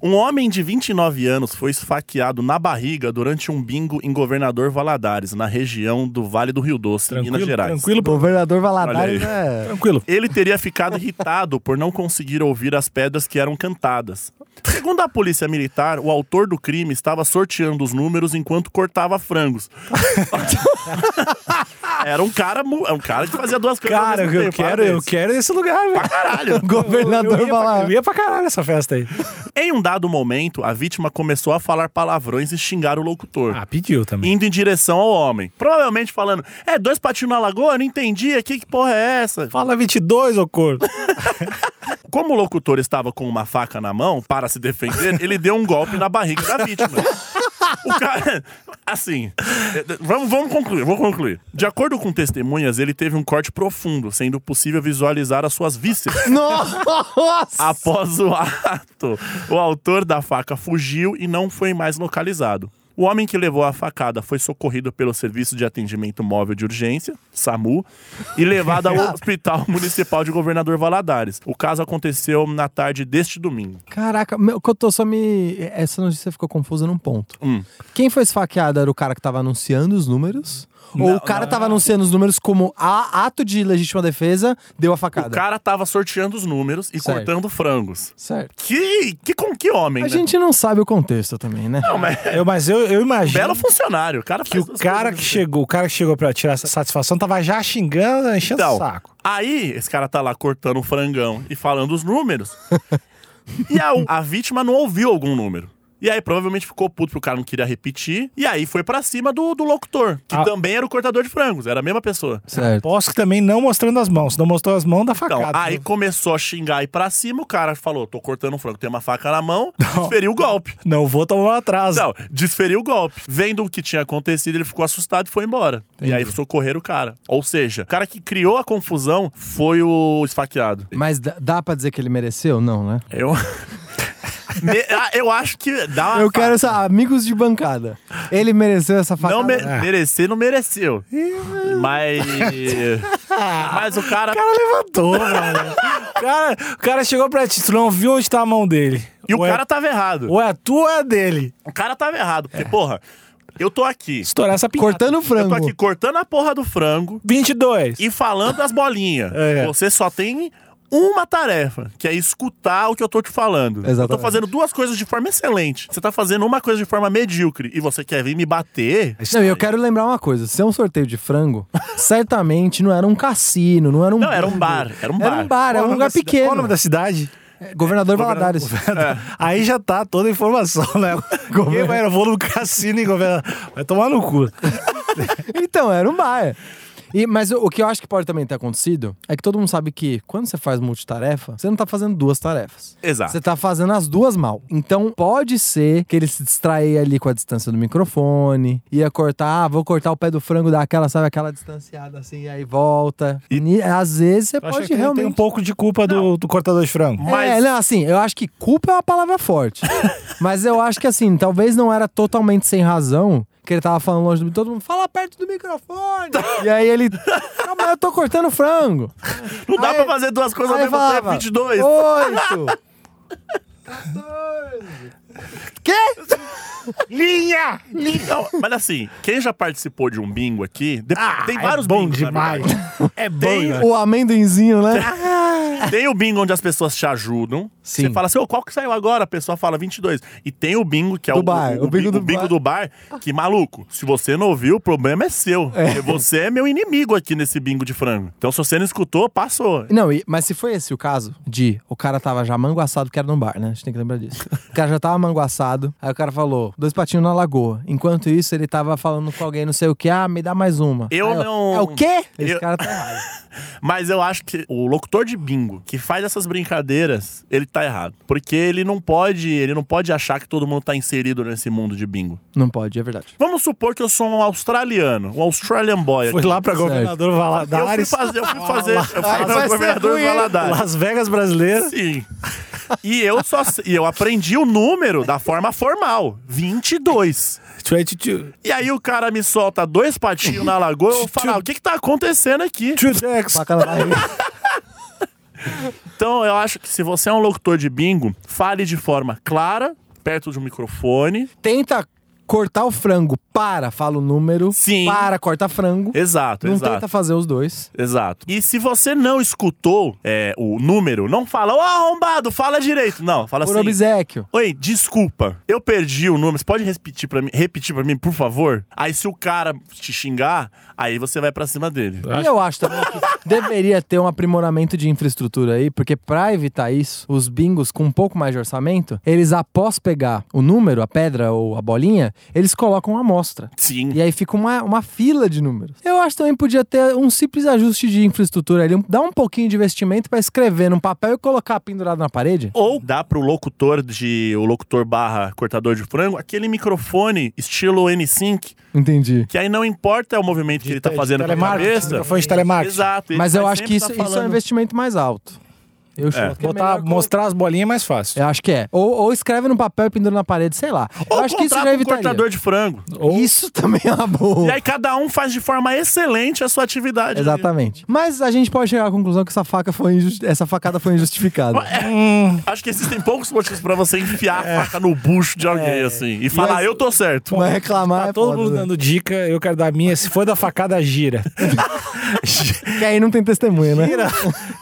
B: um homem de 29 anos foi esfaqueado na barriga durante um bingo em Governador Valadares, na região do Vale do Rio Doce, Minas Gerais.
A: tranquilo, pô.
C: Governador Valadares
B: Olha (laughs)
C: é.
A: tranquilo.
B: Ele teria ficado irritado por não conseguir ouvir as pedras que eram cantadas. Segundo a polícia militar, o autor do crime estava sorteando os números enquanto cortava frangos. (laughs) era um cara, mu- é um cara que fazia duas coisas. ao
A: Cara,
B: mesmo
A: eu
B: tempo.
A: quero, eu
B: Parabéns.
A: quero esse lugar, velho. (laughs)
B: Caralho.
A: Eu ia
C: Governador
A: pra- Eu
C: Valadares.
A: ia pra caralho essa festa
B: (laughs)
A: aí.
B: Em um dado momento, a vítima começou a falar palavrões e xingar o locutor.
A: Ah, pediu também.
B: Indo em direção ao homem. Provavelmente falando, é, dois patinhos na lagoa? Não entendi, que, que porra é essa?
A: Fala 22, ô corpo.
B: Como o locutor estava com uma faca na mão para se defender, ele deu um golpe na barriga da vítima. O cara. Assim. eh, Vamos, vamos concluir, vou concluir. De acordo com testemunhas, ele teve um corte profundo, sendo possível visualizar as suas vísceras.
C: Nossa!
B: Após o ato, o autor da faca fugiu e não foi mais localizado. O homem que levou a facada foi socorrido pelo Serviço de Atendimento Móvel de Urgência, SAMU, e
A: (laughs)
B: levado ao Hospital Municipal de Governador Valadares. O caso aconteceu na tarde deste domingo.
C: Caraca, meu, que eu tô só me. Essa notícia ficou confusa num ponto.
B: Hum.
C: Quem foi esfaqueado era o cara que tava anunciando os números? ou o cara tava anunciando os números como a- ato de legítima defesa, deu a facada?
B: O cara tava sorteando os números e
C: Certo.
B: cortando frangos.
C: Certo.
B: Que, que com que homem,
C: A
B: né?
C: gente não sabe o contexto também, né?
B: Não, mas
A: Eu, mas eu, eu imagino
B: belo funcionário. O cara
A: que o cara que chegou, o cara que chegou pra tirar essa satisfação tava já xingando, enchendo o
B: Então,
A: É um saco.
B: aí esse cara tá lá cortando o (laughs) frangão e falando os números. e a, a vítima não ouviu algum número. E aí provavelmente ficou puto porque o cara não queria repetir. E aí foi pra cima do, do locutor, que
A: Ah.
B: também era o cortador de frangos, era a mesma pessoa.
C: Certo.
A: Posso que também não mostrando as mãos. Não mostrou as mãos da
B: Então,
A: facada.
B: aí começou a xingar e pra cima, o cara falou: tô cortando um frango, tem uma faca na mão, desferiu o golpe.
A: Não vou tomar um atraso.
B: Não, desferiu o golpe. Vendo o que tinha acontecido, ele ficou assustado e foi embora. E aí socorreram o cara. Ou seja, o cara que criou a confusão foi o esfaqueado.
C: Mas dá- dá pra dizer que ele mereceu? Não, né?
B: Eu. (laughs) Me- ah, Eu acho que dá uma
C: Eu quero essa, amigos de bancada. Ele mereceu essa facada.
B: Não me- merecer, não mereceu. Mas. Mas o cara.
A: O cara levantou, mano. O cara, o cara chegou pra ti, tu não viu onde tá a mão dele.
B: E o
A: Ou é-
B: cara tava errado.
A: Ou é a tua ou é a dele.
B: O cara tava errado. Porque, porra, eu tô aqui.
A: Estourar essa pinhata.
C: Cortando o
B: Eu tô
C: É. frango.
B: aqui cortando a porra do frango
A: 22.
B: e falando as bolinhas.
A: É.
B: Você só tem uma tarefa, que é escutar o que eu tô te falando. Eu tô
C: Exatamente.
B: fazendo duas coisas de forma excelente. Você tá fazendo uma coisa de forma medíocre e você quer vir me bater.
C: Não, e eu quero lembrar uma coisa: se é um sorteio de frango, (laughs) certamente não era um cassino, não era um.
B: Não, era um
C: bingo.
B: bar. Era um bar.
C: Era um bar, era
A: Qual o
C: um
A: nome
C: lugar
A: da cida- Qual o nome
C: pequeno.
A: da (laughs) cidade?
C: É, Governador Valadares.
A: (laughs) Aí já tá toda a informação, (laughs) né? Quem vai, eu vou no cassino e governo. Vai tomar no cu.
C: Então, era um bar. E, mas o, o que eu acho que pode também ter acontecido é que todo mundo sabe que quando você faz multitarefa, você não tá fazendo duas tarefas.
B: Exato.
C: Você tá fazendo as duas mal. Então pode ser que ele se distraia ali com a distância do microfone, ia cortar, ah, vou cortar o pé do frango, dar aquela, sabe, aquela distanciada assim, e aí volta. E, às vezes você
A: Eu acho
C: pode
A: que ele
C: realmente.
A: tem um pouco de culpa do, do cortador de frango.
B: Mas-
C: É, não, assim, eu acho que culpa é uma
B: (laughs)
C: palavra forte. mas eu acho que, assim, talvez não era totalmente sem razão que ele tava falando longe do todo mundo, fala perto do microfone. e aí ele, não, mas eu tô cortando
B: (laughs)
C: frango.
B: Não dá
C: Aí-
B: pra fazer duas coisas ao
C: aí
B: mesmo tempo,
C: falava,
B: 22.
C: Oito.
B: (laughs)
C: Quê?
B: Linha! Então, mas assim, quem já participou de um bingo aqui, de- tem vários
A: é bom
B: bingos, na
A: demais.
B: verdade.
A: É bom,
B: Tem um-
A: né?
C: O amendoinzinho, né?
B: (laughs) Tem o bingo onde as pessoas te ajudam.
C: Sim.
B: Você fala assim, ô, qual que saiu agora? A pessoa fala 22. E tem o bingo, que é
C: Do
B: o,
C: bar,
B: o, o bingo, do, bingo
C: bar.
B: do bar, que, maluco, se você não ouviu, o problema é seu. Porque Você é meu inimigo aqui nesse bingo de frango. Então, se você não escutou, passou.
C: Não, e- mas se foi esse o caso de o cara tava já manguaçado, que era num bar, né? A gente tem que lembrar disso. O cara já tava manguaçado, aí o cara falou, dois patinhos na lagoa. Enquanto isso, ele tava falando com alguém, não sei o que, ah, me dá mais uma.
B: Eu
C: Aí
B: não-
C: É o quê? Esse
B: Eu-
C: cara tá errado.
B: Mas eu acho que o locutor de bingo que faz essas brincadeiras, ele tá errado. Porque ele não pode, ele não pode achar que todo mundo tá inserido nesse mundo de bingo.
C: Não pode, é verdade.
B: Vamos supor que eu sou um australiano, um Australian boy.
A: Foi
B: aqui.
A: lá pra governador
B: Eu fui
A: Valadares.
B: fazer, eu fui fazer, eu fui
C: Ai,
B: fazer
C: vai
B: o
C: ser
B: governador
C: ruim, hein?
B: Valadares.
A: Las Vegas brasileira.
B: Sim. E eu só e eu aprendi o número da forma formal, 22.
A: 22.
B: E aí o cara me solta dois patinhos na lagoa, eu falo, ah, o que que tá acontecendo aqui?
A: Two decks.
C: Faca na barriga.
B: Então eu acho que se você é um locutor de bingo, fale de forma clara, perto de um microfone.
C: (laughs) Tenta cortar o frango, para, fala o número.
B: Sim.
C: Para, corta frango.
B: Exato,
C: não
B: exato.
C: tenta fazer os dois.
B: Exato. E se você não escutou é, o número, não fala, ó, arrombado, fala direito. Não, fala
C: Por
B: assim.
C: obsequio.
B: Oi, desculpa, eu perdi o número. Você pode repetir pra mim, repetir para mim, por favor? Aí se o cara te xingar, aí você vai pra cima dele.
C: E eu acho também que deveria ter um aprimoramento de infraestrutura aí, porque pra evitar isso, os bingos com um pouco mais de orçamento, eles após pegar o número, a pedra ou a bolinha, eles colocam a amostra.
B: Sim.
C: E aí fica uma, uma fila de números. Eu acho também podia ter um simples ajuste de infraestrutura ali, um- dar um pouquinho de investimento pra escrever num papel e colocar pendurado na parede.
B: Ou dá pro locutor de. o locutor barra cortador de frango, aquele microfone estilo N-Sync,
C: Entendi.
B: que aí não importa o movimento que ele tá fazendo com a
A: telemarketing,
B: cabeça.
A: microfone de telemarketing.
B: Exato. ele
C: Mas eu
B: vai
C: acho que
B: sempre
C: isso,
B: tá
C: isso é um
B: falando-
C: investimento mais alto. Eu, acho que é
A: Botar,
C: melhor colocar-
A: mostrar as bolinhas é mais fácil.
C: eu acho que é. Ou, ou escreve num papel e pendura na parede, sei lá.
B: Ou
C: eu acho que isso
B: contrata
C: já
B: um
C: evitaria.
B: cortador de frango.
A: Ou-
C: Isso também é uma boa.
B: (laughs) E aí cada um faz de forma excelente a sua atividade.
C: Exatamente. Mas a gente pode chegar à conclusão que essa faca foi injusti- essa facada foi injustificada.
B: É,
A: Hum.
B: Acho que existem poucos motivos pra você enfiar a faca no bucho de alguém, assim, e falar,
C: as-
B: eu tô certo.
C: (laughs) Vai reclamar
A: Tá
C: é
A: todo
C: foda,
A: mundo
C: né?
A: dando dica, eu quero dar a minha. Se for da facada, gira.
C: (laughs) Que aí não tem testemunha,
A: (laughs)
C: né?
A: Gira,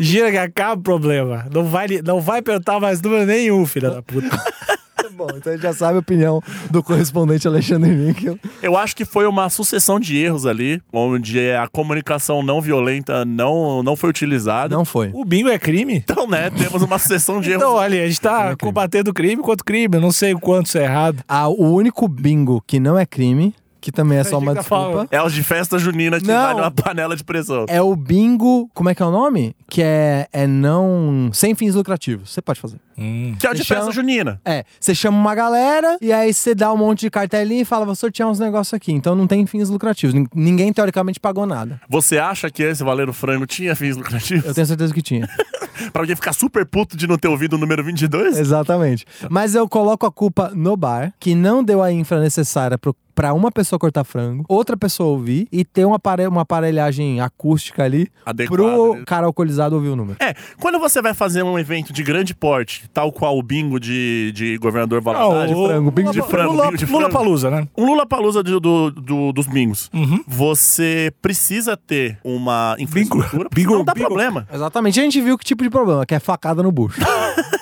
A: gira que acaba o problema. Não vai, li- não vai apertar mais número nenhum, filha da puta.
C: (laughs) bom, então a gente já sabe a opinião do correspondente Alexandre Winkel.
B: Eu acho que foi uma sucessão de erros ali, onde a comunicação não violenta não, não foi utilizada.
C: Não foi.
A: O bingo é crime?
B: Então, né, temos uma sucessão de erros.
A: Então, olha, a gente
B: é
A: tá combatendo o crime contra o crime. Eu não sei o quanto isso é errado.
C: Ah, o único bingo que não é crime, que também é só uma
A: Dica fala.
C: desculpa,
B: É os de festa junina que
C: Não.
B: vai numa panela de pressão.
C: é o bingo. Como é que é o nome? Que é, é não. sem fins lucrativos. Você pode fazer.
B: Que é o de
C: Deixa-
B: festa junina.
C: É, você chama uma galera e aí você dá um monte de cartelinha e fala, vou sortear uns negócios aqui. Então não tem fins lucrativos. Nin- Ninguém teoricamente pagou nada.
B: Você acha que esse Valero Frango tinha fins lucrativos?
C: Eu tenho certeza que tinha.
B: pra alguém ficar super puto de não ter ouvido o número 22?
C: Exatamente. Mas eu coloco a culpa no bar, que não deu a infra necessária pro, pra uma pessoa cortar frango, outra pessoa ouvir e ter um apare- uma aparelhagem acústica ali
B: Adequado,
C: pro
B: né?
C: cara alcoolizado ouvir o número.
B: É, quando você vai fazer um evento de grande porte, tal qual o bingo de, de governador Valadares,
A: Ah, o-
C: frango, bingo
B: Ah, de frango,
A: Lula,
B: bingo de frango.
A: Palusa, né?
B: um Lula Palusa do, do- dos bingos, você precisa ter uma infraestrutura.
A: Bingo,
B: não dá
A: bingo.
B: problema.
C: Exatamente. A gente viu que tipo de problema, que é facada
A: (laughs)
C: no bucho.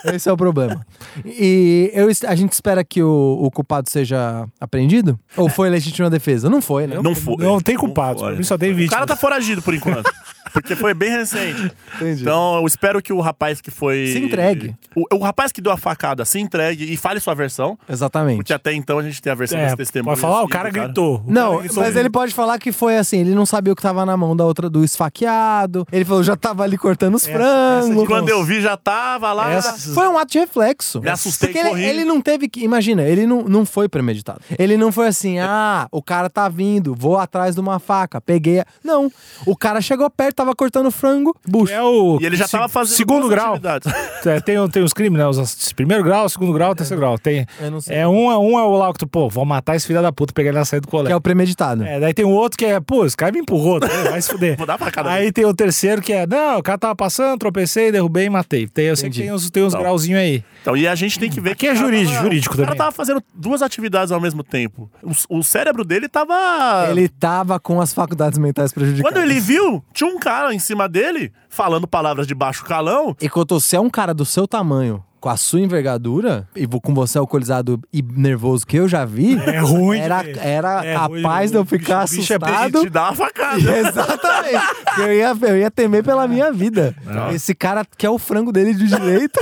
C: Esse é o problema. E eu, a gente espera que o, o culpado seja apreendido? Ou foi legítima defesa? Não foi, né?
B: Não foi.
A: Não tem culpado,
B: foi.
A: pra mim só tem
B: é O cara
A: vítima.
B: tá foragido
A: (laughs)
B: por enquanto. Porque foi bem recente.
C: Entendi.
B: Então, eu espero que o rapaz que foi.
C: Se entregue.
B: O, o rapaz que deu a facada se entregue e fale sua versão. Porque
C: Exatamente.
B: até então a gente tem a versão
A: É,
B: desse tipo, testemunho.
A: pode falar, o cara gritou. O
C: Não,
A: cara é gritou.
C: mas ele pode falar que foi assim, ele não sabia o que tava na mão da outra do esfaqueado. Ele falou, já tava ali cortando os frangos.
B: Quando eu vi, já tava lá.
A: Essa-
C: Foi um ato de reflexo.
B: Me assustei,
C: Porque ele,
B: corri.
C: ele não teve que. Imagina, ele não, não foi premeditado. Ele não foi assim,
A: É.
C: ah, o cara tá vindo, vou atrás de uma faca, peguei. A... Não. O cara chegou perto, tava cortando frango, bucho.
A: É o
B: E ele já
A: se-
B: tava fazendo.
A: segundo
B: duas
A: grau.
B: atividades.
A: É, tem, tem os crimes, né? Os ass- primeiro grau, segundo grau, terceiro grau. Tem,
C: Eu não sei.
A: é um, é um é o lá que tu, pô, vou matar esse filho da puta, pegar ele na saída do
C: Que
A: colégio.
C: é o premeditado.
A: É, daí tem o outro que é, pô, esse cara me empurrou, tá? vai se fuder.
B: (laughs) Vou dar pra cada um.
A: aí tem o terceiro que é, não, o cara tava passando, tropecei, derrubei e matei. Tem, eu sei que
C: Entendi.
A: tem uns, tem uns
B: Não.
A: grauzinhos aí.
B: Então, e a gente tem que ver
A: Aqui é jurídico, jurídico
B: também. O
A: também.
B: cara tava fazendo duas atividades ao mesmo tempo. O, o cérebro dele tava.
C: Ele tava com as faculdades mentais prejudicadas.
B: Quando ele viu, tinha um cara em cima dele falando palavras de baixo calão.
C: E quando você é um cara do seu tamanho, com a sua envergadura, e vo- com você alcoolizado e nervoso que eu já vi,
A: É ruim de
C: era,
A: ver.
C: era
A: É ruim de
C: capaz
A: ver.
C: de eu
A: O bicho-
C: ficar
A: o bicho é bem
C: assustado.
B: Te dá uma (laughs)
C: (laughs)
B: facada.
C: Exatamente. Eu ia, eu ia temer pela minha vida. Esse cara quer o frango dele de direito.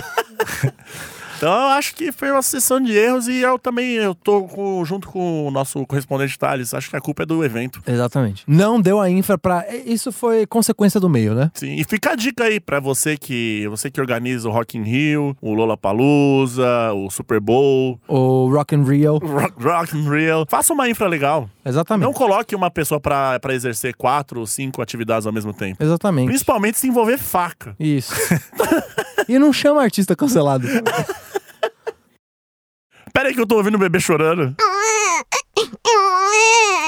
B: Então eu acho que foi uma sessão de erros e eu também eu tô com- junto com o nosso correspondente Thales. Acho que a culpa é do evento.
C: Exatamente. Não deu a infra pra. Isso foi consequência do meio, né?
B: Sim, e fica a dica aí pra você que você que organiza o Rock in Rio, o Lollapalooza, o Super Bowl,
C: O Rock and Rio.
B: o Rock, Rock in Rio. Faça uma infra legal.
C: Exatamente.
B: Não coloque uma pessoa pra pra exercer quatro ou cinco atividades ao mesmo tempo. (laughs)
C: Exatamente.
B: Principalmente se envolver faca.
C: Isso. e não chama artista cancelado.
B: Pera aí que eu tô ouvindo o bebê chorando.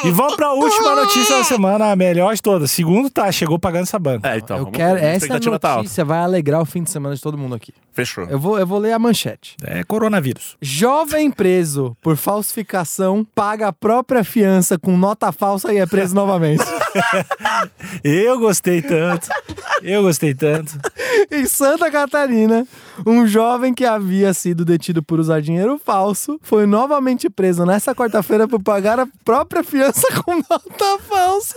A: E vamos pra última notícia da semana, a melhor de todas. Segundo, tá, chegou pagando essa banca.
B: É, então.
C: Eu
B: vamos-
C: quero.
B: a
C: Essa
B: expectativa tá alta.
C: notícia vai alegrar o fim de semana de todo mundo aqui.
B: Fechou.
C: Eu vou, eu vou ler a manchete.
A: É coronavírus.
C: Jovem preso por falsificação paga a própria fiança com nota falsa e é preso novamente.
A: Eu gostei tanto. Eu gostei tanto.
C: (laughs) Em Santa Catarina, um jovem que havia sido detido por usar dinheiro falso foi novamente preso nesta quarta-feira por pagar a própria fiança com nota falsa.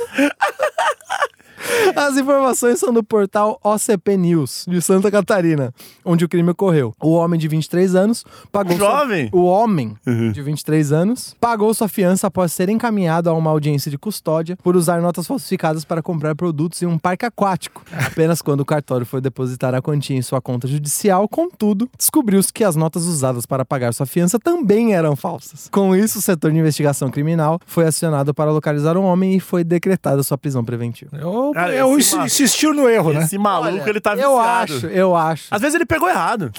C: As informações são do portal OCP News de Santa Catarina, onde o crime ocorreu. O homem de 23 anos pagou. sua-
B: Jovem?
C: O homem de 23 anos pagou sua fiança após ser encaminhado a uma audiência de custódia por usar notas falsificadas para comprar produtos em um parque aquático. Apenas quando o cartório foi depositar a quantia em sua conta judicial, contudo, descobriu-se que as notas usadas para pagar sua fiança também eram falsas. Com isso, o setor de investigação criminal foi acionado para localizar o homem e foi decretada sua prisão preventiva.
A: Eu,
B: Cara,
A: eu
B: esse
A: insi-
B: ma-
A: É insistiu no erro, né?
B: Esse maluco, ele tá viciado.
C: Eu acho, eu acho.
B: Às vezes ele pegou errado.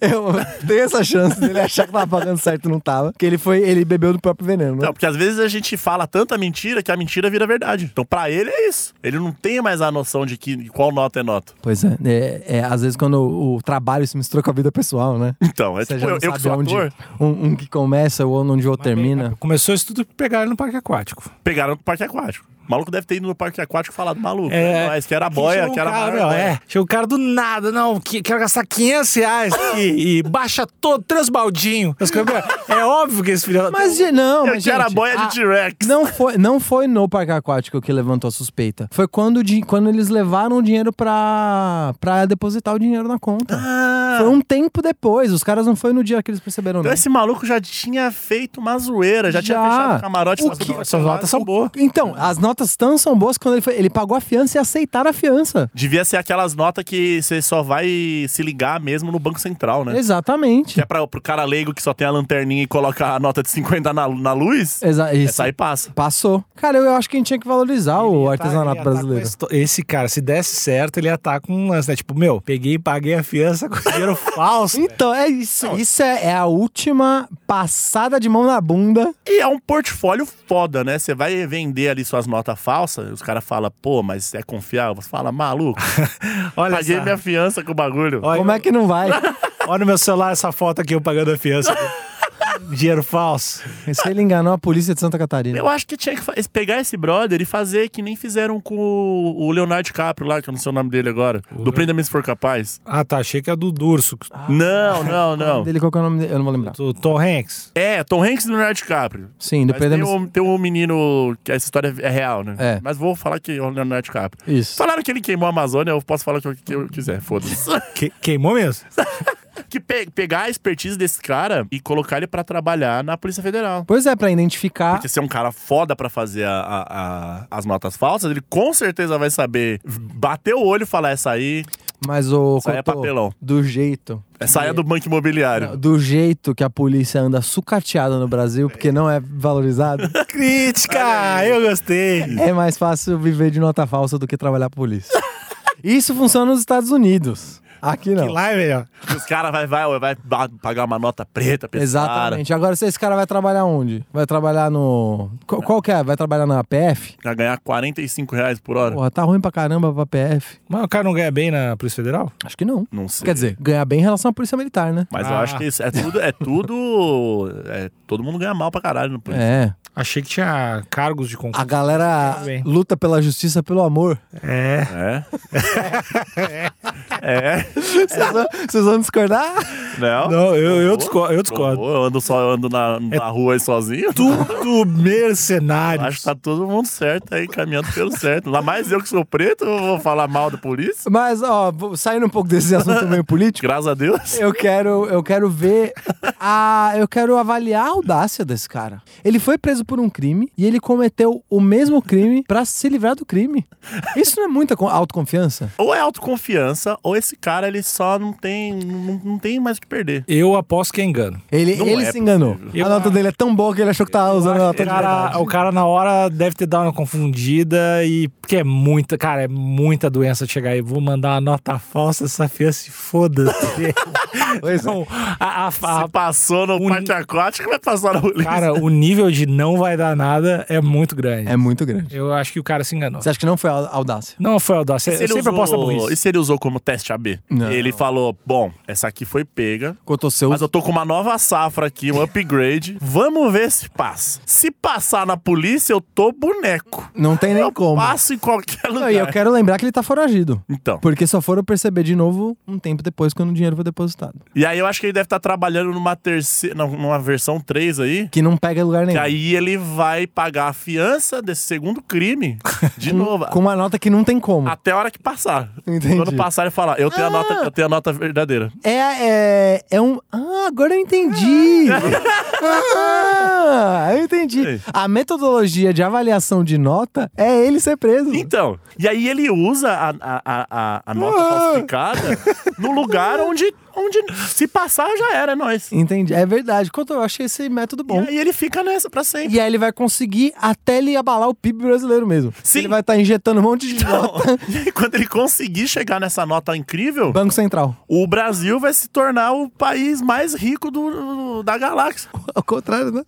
C: Eu dei essa chance dele achar que tava pagando certo e não tava. Que ele foi, ele bebeu do próprio veneno, né?
B: Não, porque às vezes a gente fala tanta mentira que a mentira vira verdade. Então, pra ele é isso. Ele não tem mais a noção de que qual nota é nota.
C: Pois é, é, é, às vezes quando o, o trabalho se misturou com a vida pessoal, né?
B: Então, é
C: Você
B: tipo,
C: já
B: eu,
C: não
B: eu que
C: sabe
B: sou
C: onde,
B: ator, né?
C: um, um que começa ou onde o outro termina.
A: Começou isso tudo que pegaram ele no parque aquático.
B: pegaram no parque aquático. O maluco deve ter ido no parque aquático e falado, maluco,
A: É.
B: (laughs) é, nós, que era boia,
A: Chegou
B: que era
A: um cara,
B: maior
A: meu,
B: boia.
A: é, chegou o cara do nada, não, que, quero gastar 500 reais e, e baixa todo, transbaldinho. Os caras, meu, É óbvio que esse filho...
C: Mas, ge- não,
B: Eu
C: mas,
B: que era
C: gente,
B: boia de
C: a-
B: T-Rex.
C: Não foi, não foi no parque aquático que levantou a suspeita. Foi quando, o di- quando eles levaram o dinheiro pra, pra depositar o dinheiro na conta.
B: Ah,
C: Foi um tempo depois. Os caras não foi no dia que eles perceberam,
B: então
C: não.
B: esse maluco já tinha feito uma zoeira, já, tinha
C: Já.
B: fechado o camarote.
C: O
B: passou
C: que-
B: pra
A: Essas
B: lá.
A: notas são boas.
C: Então, as notas tão são boas quando ele, foi, ele pagou a fiança e aceitaram a fiança.
B: Devia ser aquelas notas que você só vai se ligar mesmo no Banco Central, né?
C: Exatamente.
B: Que é pra, pro cara leigo que só tem a lanterninha e coloca a nota de 50 na, na luz.
C: Exa isso.
B: é Essa aí passa.
C: Passou. Cara, eu, eu acho que a gente tinha que valorizar o
A: tá,
C: artesanato brasileiro.
A: Esse cara, se desse certo, ele ia estar com um lance, né? Tipo, meu, peguei e paguei a fiança com
B: (laughs)
A: dinheiro falso.
C: Então, é isso. Isso é, é a última passada de mão na bunda.
B: E é um portfólio foda, né? Você vai vender ali suas notas falsas, os caras falam, pô, mas é confiável? Você fala,
C: (laughs)
B: maluco,
A: Olha
B: paguei
A: essa-
B: minha fiança com o bagulho.
A: Olha,
C: Como é que
B: (laughs)
C: não vai?
A: (laughs) olha no meu celular essa foto aqui, eu pagando a fiança. (laughs) dinheiro falso.
C: Se ele enganou a polícia de Santa Catarina.
B: Eu acho que tinha que fa- pegar esse brother e fazer que nem fizeram com o o Leonardo DiCaprio lá, que eu não sei o nome dele agora. Do Prenda-me se for capaz.
A: Ah, tá, achei que é do Durso.
B: não, não, não.
C: Dele, qual que é Ah. (laughs) o nome dele? Eu não vou lembrar.
A: Do Tom Hanks.
B: É, Tom Hanks e Leonardo DiCaprio.
C: Sim, do
B: Mas tem,
C: Prenda-me-
B: um, tem um menino que essa história é real, né?
C: É.
B: Mas vou falar que é o Leonardo DiCaprio.
C: Isso.
B: Falaram que ele queimou a Amazônia, eu posso falar o que eu, que eu quiser,
C: (laughs)
B: foda-se.
A: Que- queimou mesmo?
B: Então. que pe- pegar a expertise desse cara e colocar ele pra trabalhar na Polícia Federal.
C: Pois é, pra identificar.
B: Porque se é um cara foda pra fazer a- a- a- as notas falsas, ele com certeza vai saber bater o olho e falar essa aí,
C: Mas o.
B: Isso aí é
C: Cotô,
B: papelão.
C: Do jeito.
B: essa aí é do Banco Imobiliário.
C: Do jeito que a polícia anda sucateada no Brasil, porque não é valorizado,
A: Crítica! Eu gostei.
C: é mais fácil viver de nota falsa do que trabalhar pra polícia. Isso funciona nos Estados Unidos. Aqui não.
A: Lá é melhor.
B: Os caras vai, vai, vai ba- pagar uma nota preta pra esse
C: Exatamente. Agora, se esse cara vai trabalhar onde? Vai trabalhar no. Qual, qual que é? Vai trabalhar na PF?
B: cara. Vai ganhar 45 reais por hora.
C: Porra, tá ruim pra caramba pra PF.
A: Mas o cara não ganha bem na Polícia Federal?
C: Acho que não.
B: Não sei.
C: Quer dizer, ganhar bem em relação à polícia militar, né?
B: Mas eu
A: Ah.
B: acho que isso é tudo. É tudo. é, todo mundo ganha mal pra caralho. No é.
C: É.
A: Achei que tinha cargos de
C: A
A: concurso.
C: galera
A: bem.
C: luta pela justiça pelo amor.
A: É.
B: É. é.
C: (laughs) Vocês vão- Vocês vão discordar?
B: Não.
A: (laughs) Não, eu, eu
B: Pô,
A: discordo. Eu discordo. É
B: pô, Eu ando só, eu ando na, na rua aí sozinho.
A: Tudo mercenário.
B: (laughs) Acho que tá todo mundo certo aí, caminhando pelo certo. Lá mais eu que sou preto, eu vou falar mal da polícia.
C: Mas, ó, vou- saindo um pouco desse (laughs) assunto meio político,
B: Graças a Deus.
C: eu quero, eu quero ver a. Eu quero avaliar a audácia desse cara. Ele foi preso por um crime e ele cometeu o mesmo crime pra se livrar do crime. Isso não é muita co- autoconfiança?
B: Ou é autoconfiança, ou esse cara ele só não tem, não, não tem mais o que perder.
A: Eu aposto que é engano.
C: Ele,
B: Não
C: ele
B: é
C: se enganou.
A: Eu
C: a nota dele é tão boa que ele achou que tava usando a nota
A: O
C: de verdade.
A: cara, o cara na hora deve ter dado uma confundida e. Porque é muita, cara, é muita doença chegar aí. Vou mandar uma nota falsa, essa fia se foda-se.
C: Pois é.
A: Não, a- a- a-
B: Se passou no
A: Ah, o-
B: parque aquático, vai passar na polícia.
A: cara, o nível de não vai dar nada é muito grande.
C: É muito grande.
A: Eu acho que o cara se enganou.
C: Você acha que não foi a audácia?
A: Não foi audácia.
B: E
A: Eu
B: se ele
A: sempre aposto na burrice.
B: E se ele usou como teste AB?
C: Não.
B: Ele falou: bom, essa aqui foi pega,
C: Contou seu.
B: mas eu tô com uma nova safra aqui, um upgrade. Vamos ver se passa. Se passar na polícia, eu tô boneco.
C: Não tem nem
B: eu
C: como.
B: passo em qualquer
C: Não,
B: lugar.
C: e eu quero lembrar que ele tá foragido.
B: Então.
C: Porque só foram perceber de novo um tempo depois quando o dinheiro foi depositado.
B: E aí eu acho que ele deve estar trabalhando numa terceira. não, numa versão 3 aí.
C: Que não pega em lugar
B: Que
C: nenhum.
B: aí ele vai pagar a fiança desse segundo crime de novo.
C: Com uma nota que não tem como.
B: Até a hora que passar.
C: Entendi. Ah!
B: Quando passar, ele fala, eu tenho a nota, eu tenho a nota verdadeira.
C: É, é, é um. Ah, agora
B: (laughs)
C: eu entendi! ah, eu entendi. A metodologia de avaliação de nota é ele ser preso.
B: Então, e aí ele usa a, a, a, a- a nota
C: Ah.
B: falsificada
C: (laughs)
B: no lugar onde, onde se passar já era, nós.
C: Entendi. É verdade. Quanto eu achei esse método
B: E
C: bom.
B: aí ele fica nessa pra sempre.
C: E aí ele vai conseguir até ele abalar o PIB brasileiro mesmo.
B: Sim. (laughs)
C: Ele vai estar injetando um monte de nota.
B: E aí, quando ele conseguir chegar nessa nota incrível,
C: Banco Central.
B: o Brasil vai se tornar o país mais rico do, da galáxia.
C: Ao
B: (laughs)
C: contrário, né?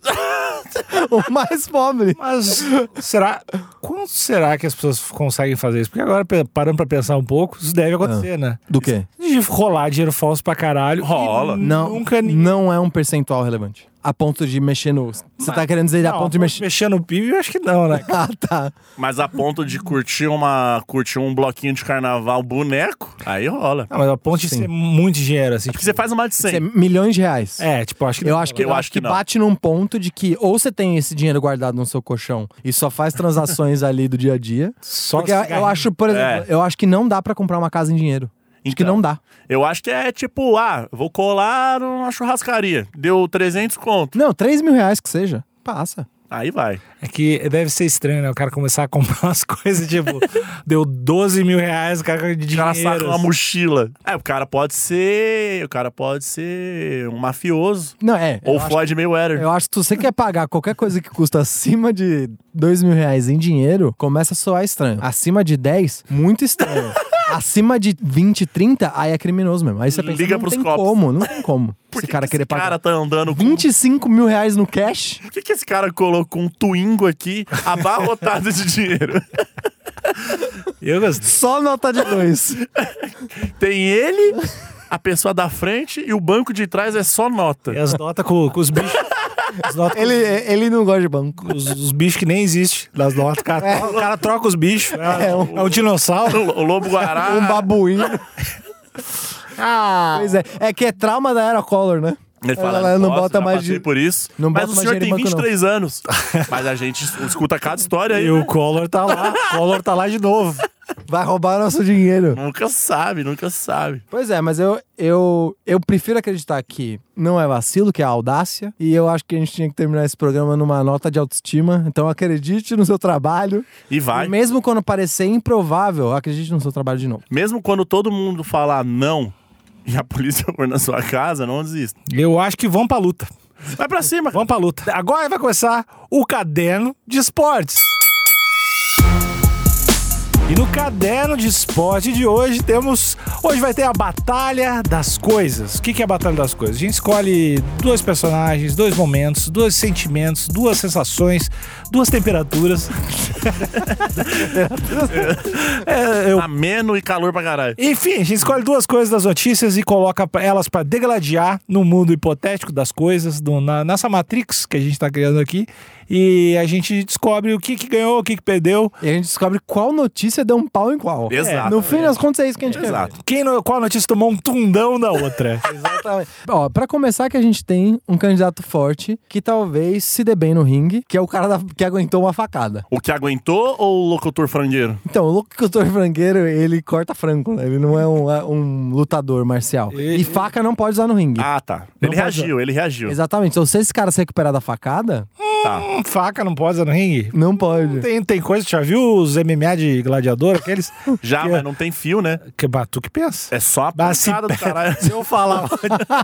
C: o mais pobre.
A: Mas será. Quanto será que as pessoas conseguem fazer isso? Porque agora, pe- parando pra pensar um pouco, isso deve
B: Ah.
A: acontecer, né?
C: Do quê?
A: De rolar dinheiro falso pra caralho. e
B: Rola.
C: Não,
A: Nunca ninguém.
C: não é um percentual relevante. A ponto de mexer no. Você tá querendo dizer a
A: Não,
C: ponto de mexer.
A: mexer no PIB, eu acho que não, né?
C: (laughs) Ah, tá.
B: Mas a ponto de curtir uma curtir um bloquinho de carnaval boneco, aí rola.
A: Não, mas a ponto de ser muito dinheiro, assim. tipo,
B: Porque você faz uma de 100.
C: Isso é milhões de reais.
A: É, tipo, acho que.
C: Eu acho que,
B: Eu acho que não.
C: bate num ponto de que ou você tem esse dinheiro guardado no seu colchão e só faz transações (laughs) ali do dia a dia.
A: Só
C: porque eu, eu
A: cigarrinho.
C: acho, por exemplo, eu acho que não dá pra comprar uma casa em dinheiro. Acho que
B: É. Então.
C: não dá.
B: Eu acho que é tipo, ah, vou colar numa churrascaria. Deu 300 conto.
C: Não, 3 mil reais que seja. Passa.
B: Aí vai.
A: É que deve ser estranho, né? O cara começar a comprar (laughs) umas coisas, tipo, deu 12 mil reais, o cara de
B: O
A: dinheiro.
B: cara saca uma
A: assim.
B: mochila. É, o cara pode ser. O cara pode ser um mafioso.
C: Não, é.
B: Ou
C: eu acho-
B: Floyd Mayweather.
C: Eu acho que se você quer pagar qualquer coisa que custa acima de 2 mil reais em dinheiro, começa a soar estranho. Acima de 10, muito
B: (laughs)
C: estranho. acima de 20, 30, aí é criminoso mesmo. Aí você pensa,
B: Liga
C: não
B: pros
C: tem
B: copos.
C: como, não tem como
B: (laughs) Por
C: esse
B: que
C: cara
B: que
C: querer
B: esse cara
C: pagar.
B: tá andando com.
C: 25 mil reais no cash?
B: Por que, que esse cara colocou um Twingo aqui abarrotado de dinheiro?
A: Eu gostei.
C: Só nota de dois.
B: Tem ele, a pessoa da frente e o banco de trás é só nota.
A: E as notas com, com os bichos. As notas
C: (laughs) ele, ele não gosta de banco.
A: com os, os bichos que nem existem das notas. O cara, o cara troca os bichos. É, um, é um dinossauro.
B: O Lobo Guará.
C: (laughs) Um babuíno.
A: Ah,
C: Pois é. É que é trauma da era Collor, né?
B: Ele fala,
C: Ela não
B: "Nossa,
C: bota
B: já
C: mais
B: passei
C: de-
B: por isso.
C: não
B: mas
C: bota
B: o
C: mais
B: senhor
C: dinheiro
B: tem
C: em banco,
B: 23
C: (laughs)
B: anos. Mas a gente escuta cada história aí. né?
A: e o Collor tá lá. O Collor tá lá de novo.
C: Vai roubar nosso dinheiro.
B: Nunca sabe, nunca sabe.
C: Pois é, mas eu, eu, eu prefiro acreditar que não é vacilo, que é audácia. E eu acho que a gente tinha que terminar esse programa numa nota de autoestima. Então acredite no seu trabalho.
B: E vai.
C: E mesmo quando parecer improvável, acredite no seu trabalho de novo.
B: Mesmo quando todo mundo falar não e a polícia for na sua casa, não desista.
A: Eu acho que vão pra luta.
B: Vai pra cima.
A: Vamos pra luta. Agora vai começar o caderno de esportes. E no caderno de esporte de hoje temos. Hoje vai ter a Batalha das Coisas. O que que é a Batalha das Coisas? A gente escolhe dois personagens, dois momentos, dois sentimentos, duas sensações, duas temperaturas. É, eu-
B: Ameno Tá e calor pra caralho.
A: enfim, a gente escolhe duas coisas das notícias e coloca pra- elas para degladiar no mundo hipotético das coisas, do- na, nessa Matrix que a gente tá criando aqui. E a gente descobre o que, que ganhou, o que, que perdeu.
C: E a gente descobre qual notícia deu um pau em qual.
B: Exato.
C: No fim das contas é isso que a gente quer. ver.
B: Exato.
A: Quem, no- qual notícia tomou um tundão da
B: (laughs)
A: outra?
C: Exatamente. Ó, pra começar que a gente tem um candidato forte que talvez se dê bem no ringue, que é o cara da- que aguentou uma facada.
B: O que aguentou ou o locutor frangueiro?
C: Então, o locutor frangueiro, ele corta frango, né? Ele não é um, é um lutador marcial. E, faca não pode usar no ringue.
B: Ah, tá. Ele
C: Não pode
B: reagiu, ele reagiu.
C: Exatamente. Então, se esse cara se recuperar da facada,
B: Tá.
A: Hum, Faca não pode usar no ringue?
C: não pode.
A: Tem, tem coisa, já viu os MMA de gladiador, aqueles?
B: Já,
A: que, é-
B: mas não tem fio, né?
A: que, bah, tu que pensa?
B: É só a
A: Mas se
B: pancada do caralho.
A: Se eu falar, vou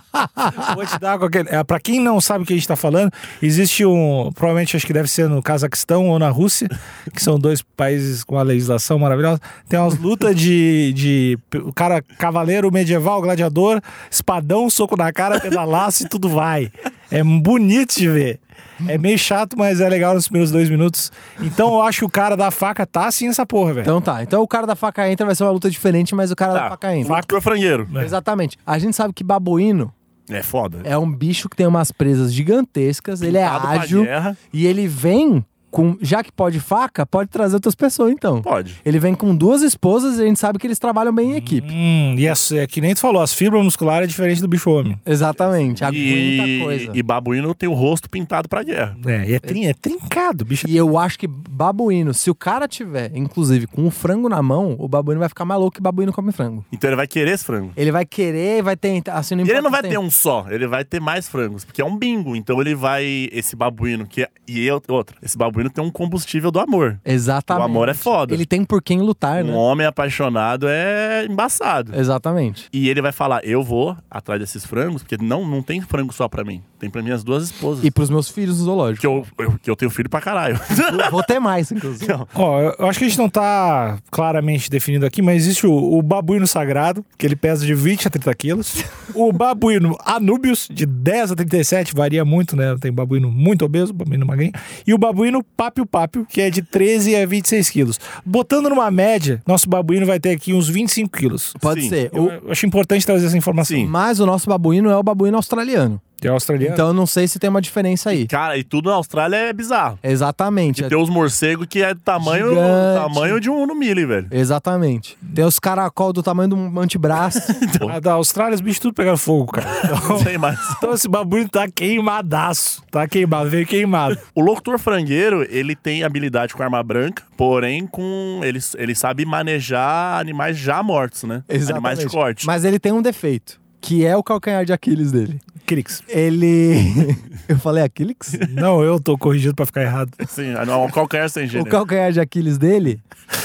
A: te- vou te dar com aquele. É, pra quem não sabe o que a gente tá falando, existe um. Provavelmente acho que deve ser no Cazaquistão ou na Rússia, que são dois países com uma legislação maravilhosa. Tem umas lutas de, de. O cara, cavaleiro medieval, gladiador, espadão, soco na cara, pedalaço e tudo vai. É bonito de ver. É meio chato, mas é legal nos primeiros dois minutos. Então eu acho que o cara da faca tá assim essa porra, velho.
C: Então tá. Então o cara da faca entra, vai ser uma luta diferente, mas o cara da
B: Tá.
C: faca entra.
B: Locutor frangueiro.
C: Exatamente. A gente sabe que babuíno
B: É foda.
C: é um bicho que tem umas presas gigantescas, ele é
B: Pintado pra
C: ágil
B: guerra.
C: e ele vem com, já que pode faca, pode trazer outras pessoas então.
B: Pode.
C: Ele vem com duas esposas e a gente sabe que eles trabalham bem em equipe.
A: Hum, e é, é que nem tu falou, as fibras musculares é diferente do bicho homem.
C: Exatamente, aguenta
B: E,
C: coisa.
B: e babuíno tem o rosto pintado pra guerra.
A: É, e é, trin- é trincado, bicho.
C: E eu acho que babuíno, se o cara tiver, inclusive, com um frango na mão, o babuíno vai ficar maluco e babuíno come frango.
B: Então ele vai querer esse frango.
C: Ele vai querer, vai tentar, assim, não
B: E ele não vai
C: importa o
B: ter
C: tempo.
B: um só, ele vai ter mais frangos, porque é um bingo. Então ele vai. Esse babuíno, que é. E eu- outra. Esse Balduino tem um combustível do amor.
C: Exatamente.
B: O amor é foda.
C: Ele tem por quem lutar,
B: Um
C: né?
B: homem apaixonado é embaçado.
C: Exatamente.
B: E ele vai falar: Eu vou atrás desses frangos, porque não, não tem frango só pra mim. Tem pra minhas duas esposas.
C: E pros meus filhos no zoológico.
B: Que, eu, eu- que eu tenho filho pra
C: (laughs)
B: caralho.
C: Vou ter
B: (laughs)
C: mais, inclusive.
A: Ó, eu- eu acho que a gente não tá claramente definido aqui, mas existe o, o babuíno sagrado, que ele pesa de 20 a 30 quilos. O babuíno anúbios, de 10 a 37, varia muito, né? Tem babuíno muito obeso, babuíno magrinho. E o babuíno papio-papio, que é de 13 a 26 quilos. Botando numa média, nosso babuíno vai ter aqui uns 25 quilos.
C: Pode
B: Sim.
C: ser. O-
A: Eu, eu acho importante trazer essa informação.
B: Sim.
C: Mas o nosso babuíno é o babuíno australiano.
A: É australiano.
C: Então eu não sei se tem uma diferença aí.
B: Cara, e tudo na Austrália é bizarro.
C: Exatamente.
B: Tem os morcegos que é do tamanho, do
C: Gigante.
B: tamanho de um no milho, velho.
C: é- Exatamente. Tem os caracol do tamanho de
B: (laughs)
C: um antebraço.
A: A Ah, da Austrália, os bichos tudo pegaram fogo, cara.
B: Não sei
C: (laughs)
B: mais.
A: Então esse babuíno tá queimadaço. Tá queimado, veio queimado.
B: O locutor frangueiro, ele tem habilidade com arma branca, porém com ele, ele sabe manejar animais já mortos, né? Animais de corte.
C: Mas ele tem um defeito, que é o calcanhar de Aquiles dele.
A: Crix.
B: (laughs)
C: Ele. Eu falei Aquiles?
A: Não, eu tô corrigido pra ficar errado.
B: Sim, não, assim, qualquer sem
C: (laughs) O
B: gênero.
C: calcanhar de Aquiles dele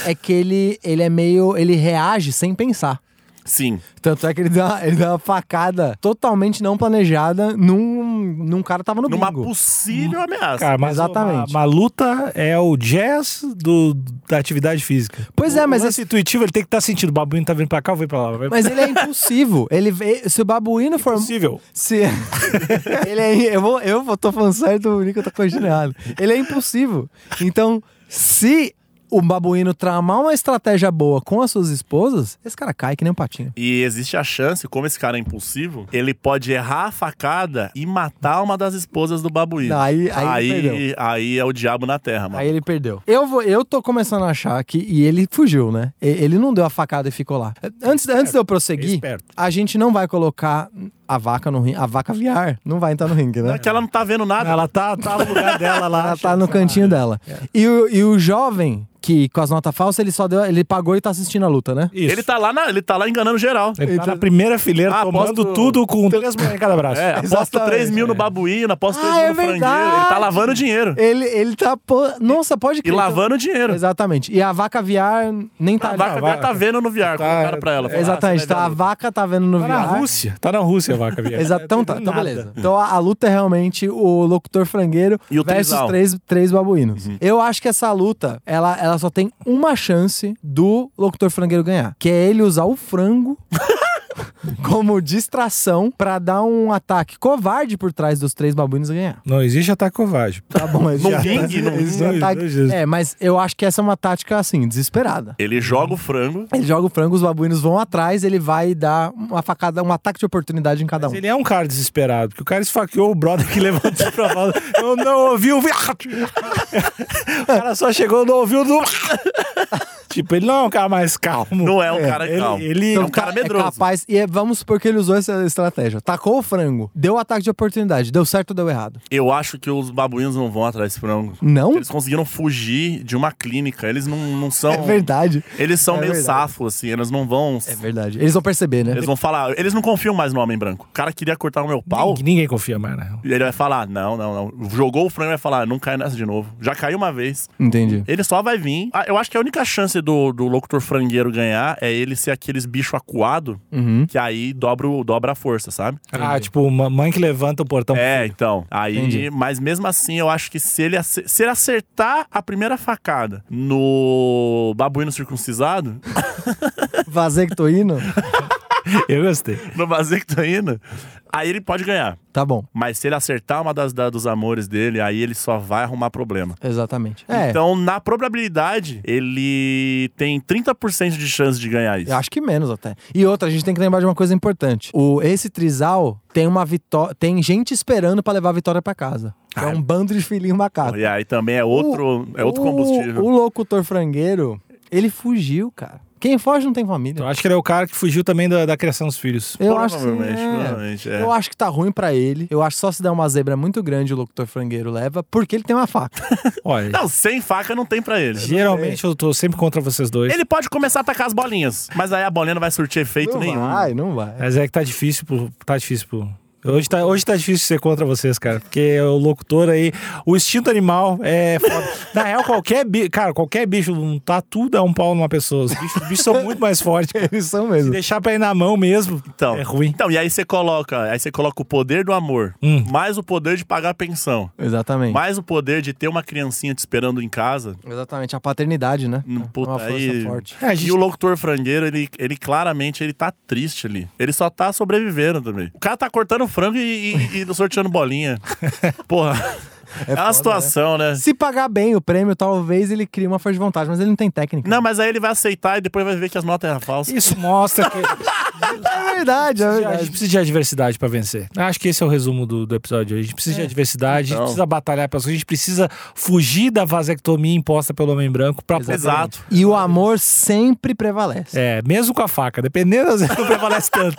C: é que ele, ele é meio. ele reage sem pensar.
B: Sim.
C: Tanto é que ele dá, ele dá uma facada totalmente não planejada num, num cara que tava no
B: Numa
C: bingo. Hum,
B: possível ameaça.
A: Cara, mas
C: Exatamente.
A: Uma, uma luta é o jazz do, da atividade física.
C: Pois é, mas
A: esse intuitivo ele tem que estar sentindo. O babuíno tá vindo pra cá, eu vou pra lá. Vai
C: Mas ele é impulsivo. Ele, vê- se o babuíno for.
A: possível.
C: Se... (laughs) ele é, eu, vou, eu vou- tô falando certo, o Nico tá corrigindo errado. Ele é impulsivo. Então, se o babuíno tramar uma estratégia boa com as suas esposas, esse cara cai que nem um patinho.
B: E existe a chance, como esse cara é impulsivo, ele pode errar a facada e matar uma das esposas do babuíno.
C: Não, aí- aí
B: aí,
C: perdeu.
B: aí é o diabo na terra, mano.
C: Aí ele perdeu. Eu, vou, eu tô começando a achar que. E ele fugiu, né? E- Ele não deu a facada e ficou lá. Antes, antes de eu prosseguir,
A: Esperto.
C: a gente não vai colocar a vaca no ringue. A vaca VR não vai entrar no ringue, né?
B: É que ela não tá vendo nada.
A: Ela tá, tá no lugar dela
C: (laughs)
A: lá.
C: Ela tá no cantinho dela. E, o, e o jovem, que com as notas falsas, ele só deu. Ele pagou e tá assistindo a luta, né?
A: Isso.
B: Ele tá lá, na- ele tá lá enganando geral.
C: É
A: Ele tá na primeira fileira,
B: Ah,
A: tomando
B: aposto-
A: tudo com três mulheres em cada braço. Tá
B: É, aposta
C: Exatamente,
B: 3 mil no babuíno, aposta 3
C: Ah,
B: mil
C: é
B: no frangueiro.
C: verdade. Então,
B: Ele tá lavando dinheiro.
C: Ele, ele tá. pô- Nossa, pode
B: E
C: crer.
B: lavando dinheiro.
C: Exatamente. E a vaca VR nem tá.
B: A
C: ali.
B: vaca,
A: vaca.
B: tá né, vendo no VR, colocaram pra ela.
C: É, Exatamente. Tá, a vaca tá vendo no
A: Tá na
C: VR.
A: Rússia. Tá na Rússia a vaca,
B: né?
A: viado.
C: Exato, então tá,
A: Não
C: então
A: nada.
C: beleza. Então a, a luta é realmente o locutor frangueiro
B: E o Uhum.
C: versus
B: trisal.
C: três, três babuínos. Eu acho que essa luta, ela, ela só tem uma chance do locutor frangueiro ganhar, que é ele usar o frango (laughs) como distração pra dar um ataque covarde por trás dos três babuínos e ganhar.
A: Não existe ataque covarde.
C: Tá bom, esse
B: Não
C: já-
B: vingue, não
C: esse
A: vingue,
C: ataque-
A: não existe.
C: É, mas eu acho que essa é uma tática assim, desesperada.
B: Ele joga o frango.
C: Ele joga o frango, os babuínos vão atrás, ele vai dar uma facada, um ataque de oportunidade em cada um.
A: Ele é um cara desesperado, porque o cara esfaqueou o brother que (laughs) levantou pra falar. Eu não ouvi o. (laughs) vi-" o cara só chegou, não ouviu do. (laughs) tipo, ele não é um cara mais calmo.
B: Não é um cara
A: ele,
B: calmo.
A: ele-
B: É um cara
C: ca-
B: medroso.
C: É capaz, e é- vamos supor que ele usou essa estratégia. Tacou o frango, deu o ataque de oportunidade, deu certo ou deu errado?
B: Eu acho que os babuínos não vão atrás desse frango.
C: Não?
B: Eles conseguiram fugir de uma clínica. Eles não, não são.
C: É verdade.
B: Eles são
C: É
B: meio
C: verdade.
B: safos, assim. Eles não vão.
C: É verdade. Eles vão perceber, né?
B: Eles vão falar. Eles não confiam mais no homem branco. O cara queria cortar o meu pau.
A: Ninguém, ninguém confia mais, né?
B: E ele vai falar: não, não, não. Jogou o frango e vai falar: não cai nessa de novo. Já caiu uma vez.
C: Entendi.
B: Ele só vai vir. Ah, Eu acho que a única chance do, do locutor frangueiro ganhar é ele ser aqueles bicho acuado
C: Uhum.
B: que aí dobra, o- dobra a força, sabe?
A: Ah, tipo, uma mãe que levanta o portão.
B: É, então. Aí,
C: Entendi.
B: mas mesmo assim, eu acho que se ele, ace- se ele acertar a primeira facada no babuíno circuncisado, (laughs)
C: Vasectoíno?
A: Eu gostei.
B: no vasectoína, aí ele pode ganhar.
C: Tá bom.
B: Mas se ele acertar uma das da- dos amores dele, aí ele só vai arrumar problema.
C: Exatamente. É,
B: Então, na probabilidade, ele tem 30% de chance de ganhar isso.
C: eu acho que menos até. E outra, a gente tem que lembrar de uma coisa importante. O, esse trisal tem uma vitória. Tem gente esperando pra levar a vitória pra casa. É um bando de filhinho macaco.
B: E aí também é outro, é outro
C: O-
B: combustível.
C: O locutor frangueiro, ele fugiu, cara. Quem foge não tem família.
A: Eu acho que ele é o cara que fugiu também da, da criação dos filhos.
C: Eu acho, que sim,
B: Provavelmente,
C: é.
B: provavelmente, é.
C: eu acho que tá ruim pra ele. Eu acho que só se der uma zebra muito grande o locutor frangueiro leva, porque ele tem
B: (laughs)
C: uma faca.
A: Olha,
B: Não, é. sem faca não tem pra ele.
A: geralmente eu tô sempre contra vocês dois.
B: Ele pode começar a atacar as bolinhas, mas aí a bolinha não vai surtir efeito
C: não
B: nenhum.
C: vai, não vai.
A: Mas é que tá difícil pro. Tá difícil pro. Hoje tá, hoje tá difícil ser contra vocês, cara. Porque é o locutor aí. O instinto animal é foda. Na real, qualquer bicho. Cara, qualquer bicho, um tatu dá um pau numa pessoa. Os bichos, os bichos são muito mais fortes. cara.
C: Eles são É mesmo.
A: Deixar pra ir na mão mesmo
B: Então,
A: é ruim.
B: Então, e aí você coloca, aí você coloca o poder do amor,
C: Hum.
B: mais o poder de pagar pensão,
C: Exatamente.
B: mais o poder de ter uma criancinha te esperando em casa.
C: Exatamente. A paternidade, né?
B: Hum,
C: é
B: Puta,
C: uma força
B: aí...
C: forte.
A: É, a gente-
B: E o locutor frangueiro, ele, ele claramente ele tá triste ali. Ele só tá sobrevivendo também. O cara tá cortando frango e, e- e sorteando
C: (laughs)
B: bolinha. Porra, é, uma
C: foda,
B: situação, né?
C: Se pagar bem o prêmio, talvez ele crie uma força de vontade, mas ele não tem técnica.
B: Não, mas aí ele vai aceitar e depois vai ver que as notas eram falsas.
A: Isso mostra
C: (laughs)
A: que
C: É verdade, é
A: a gente
C: verdade.
A: precisa de adversidade pra vencer. Acho que esse é o resumo do, do episódio de hoje. A gente precisa de adversidade, a gente
B: Então.
A: precisa batalhar pelas coisas, a gente precisa fugir da vasectomia imposta pelo homem branco pra poder-
B: Exato.
C: E o amor sempre prevalece.
A: É, mesmo com a faca, dependendo, às vezes não prevalece tanto.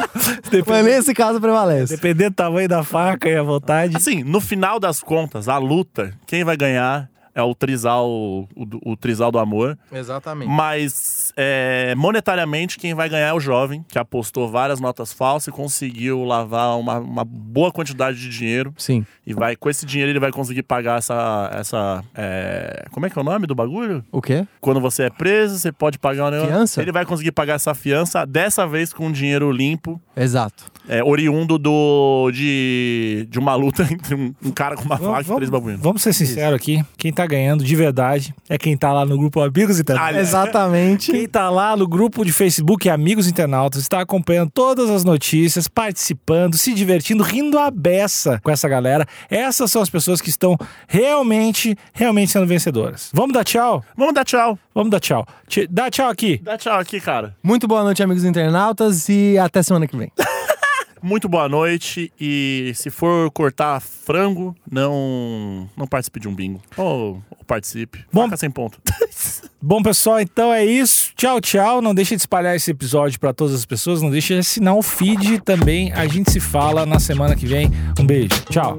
C: Mas
A: dependendo,
C: nesse caso prevalece.
A: dependendo do tamanho da faca e a vontade.
B: Assim, no final das contas, a luta, quem vai ganhar é o trisal, o, o trisal do amor.
C: Exatamente.
B: Mas é, monetariamente, quem vai ganhar é o jovem, que apostou várias notas falsas e conseguiu lavar uma, uma boa quantidade de dinheiro.
C: Sim.
B: E vai, com esse dinheiro ele vai conseguir pagar essa. essa é, como é que é o nome do bagulho?
C: O quê?
B: Quando você é preso, você pode pagar um negócio.
C: Fiança?
B: Ele vai conseguir pagar essa fiança, dessa vez com um dinheiro limpo,
C: Exato.
B: é, oriundo do, de, de uma luta (laughs) entre um, um cara com uma faca e três babuínos.
A: vamos ser sinceros aqui. Quem tá ganhando de verdade é quem tá lá no grupo Amigos Internautas. Quem (laughs)
C: Exatamente.
A: tá lá no grupo de Facebook Amigos Internautas está acompanhando todas as notícias, participando, se divertindo, rindo à beça com essa galera. Essas são as pessoas que estão realmente, realmente sendo vencedoras. Vamos dar tchau?
B: Vamos dar tchau.
A: Vamos dar tchau. Te- Dá tchau aqui.
B: Dá tchau aqui, cara.
C: Muito boa noite, amigos internautas, e até semana que vem.
B: Muito boa noite. E se for cortar frango, não, não participe de um bingo. Ou, ou participe.
A: Bom-
B: Faca sem ponto. (laughs)
A: Bom, pessoal, então é isso. Tchau, tchau. Não deixa de espalhar esse episódio para todas as pessoas. Não deixa de assinar o feed também. A gente se fala na semana que vem. Um beijo. Tchau.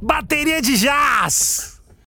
A: Bateria de jazz!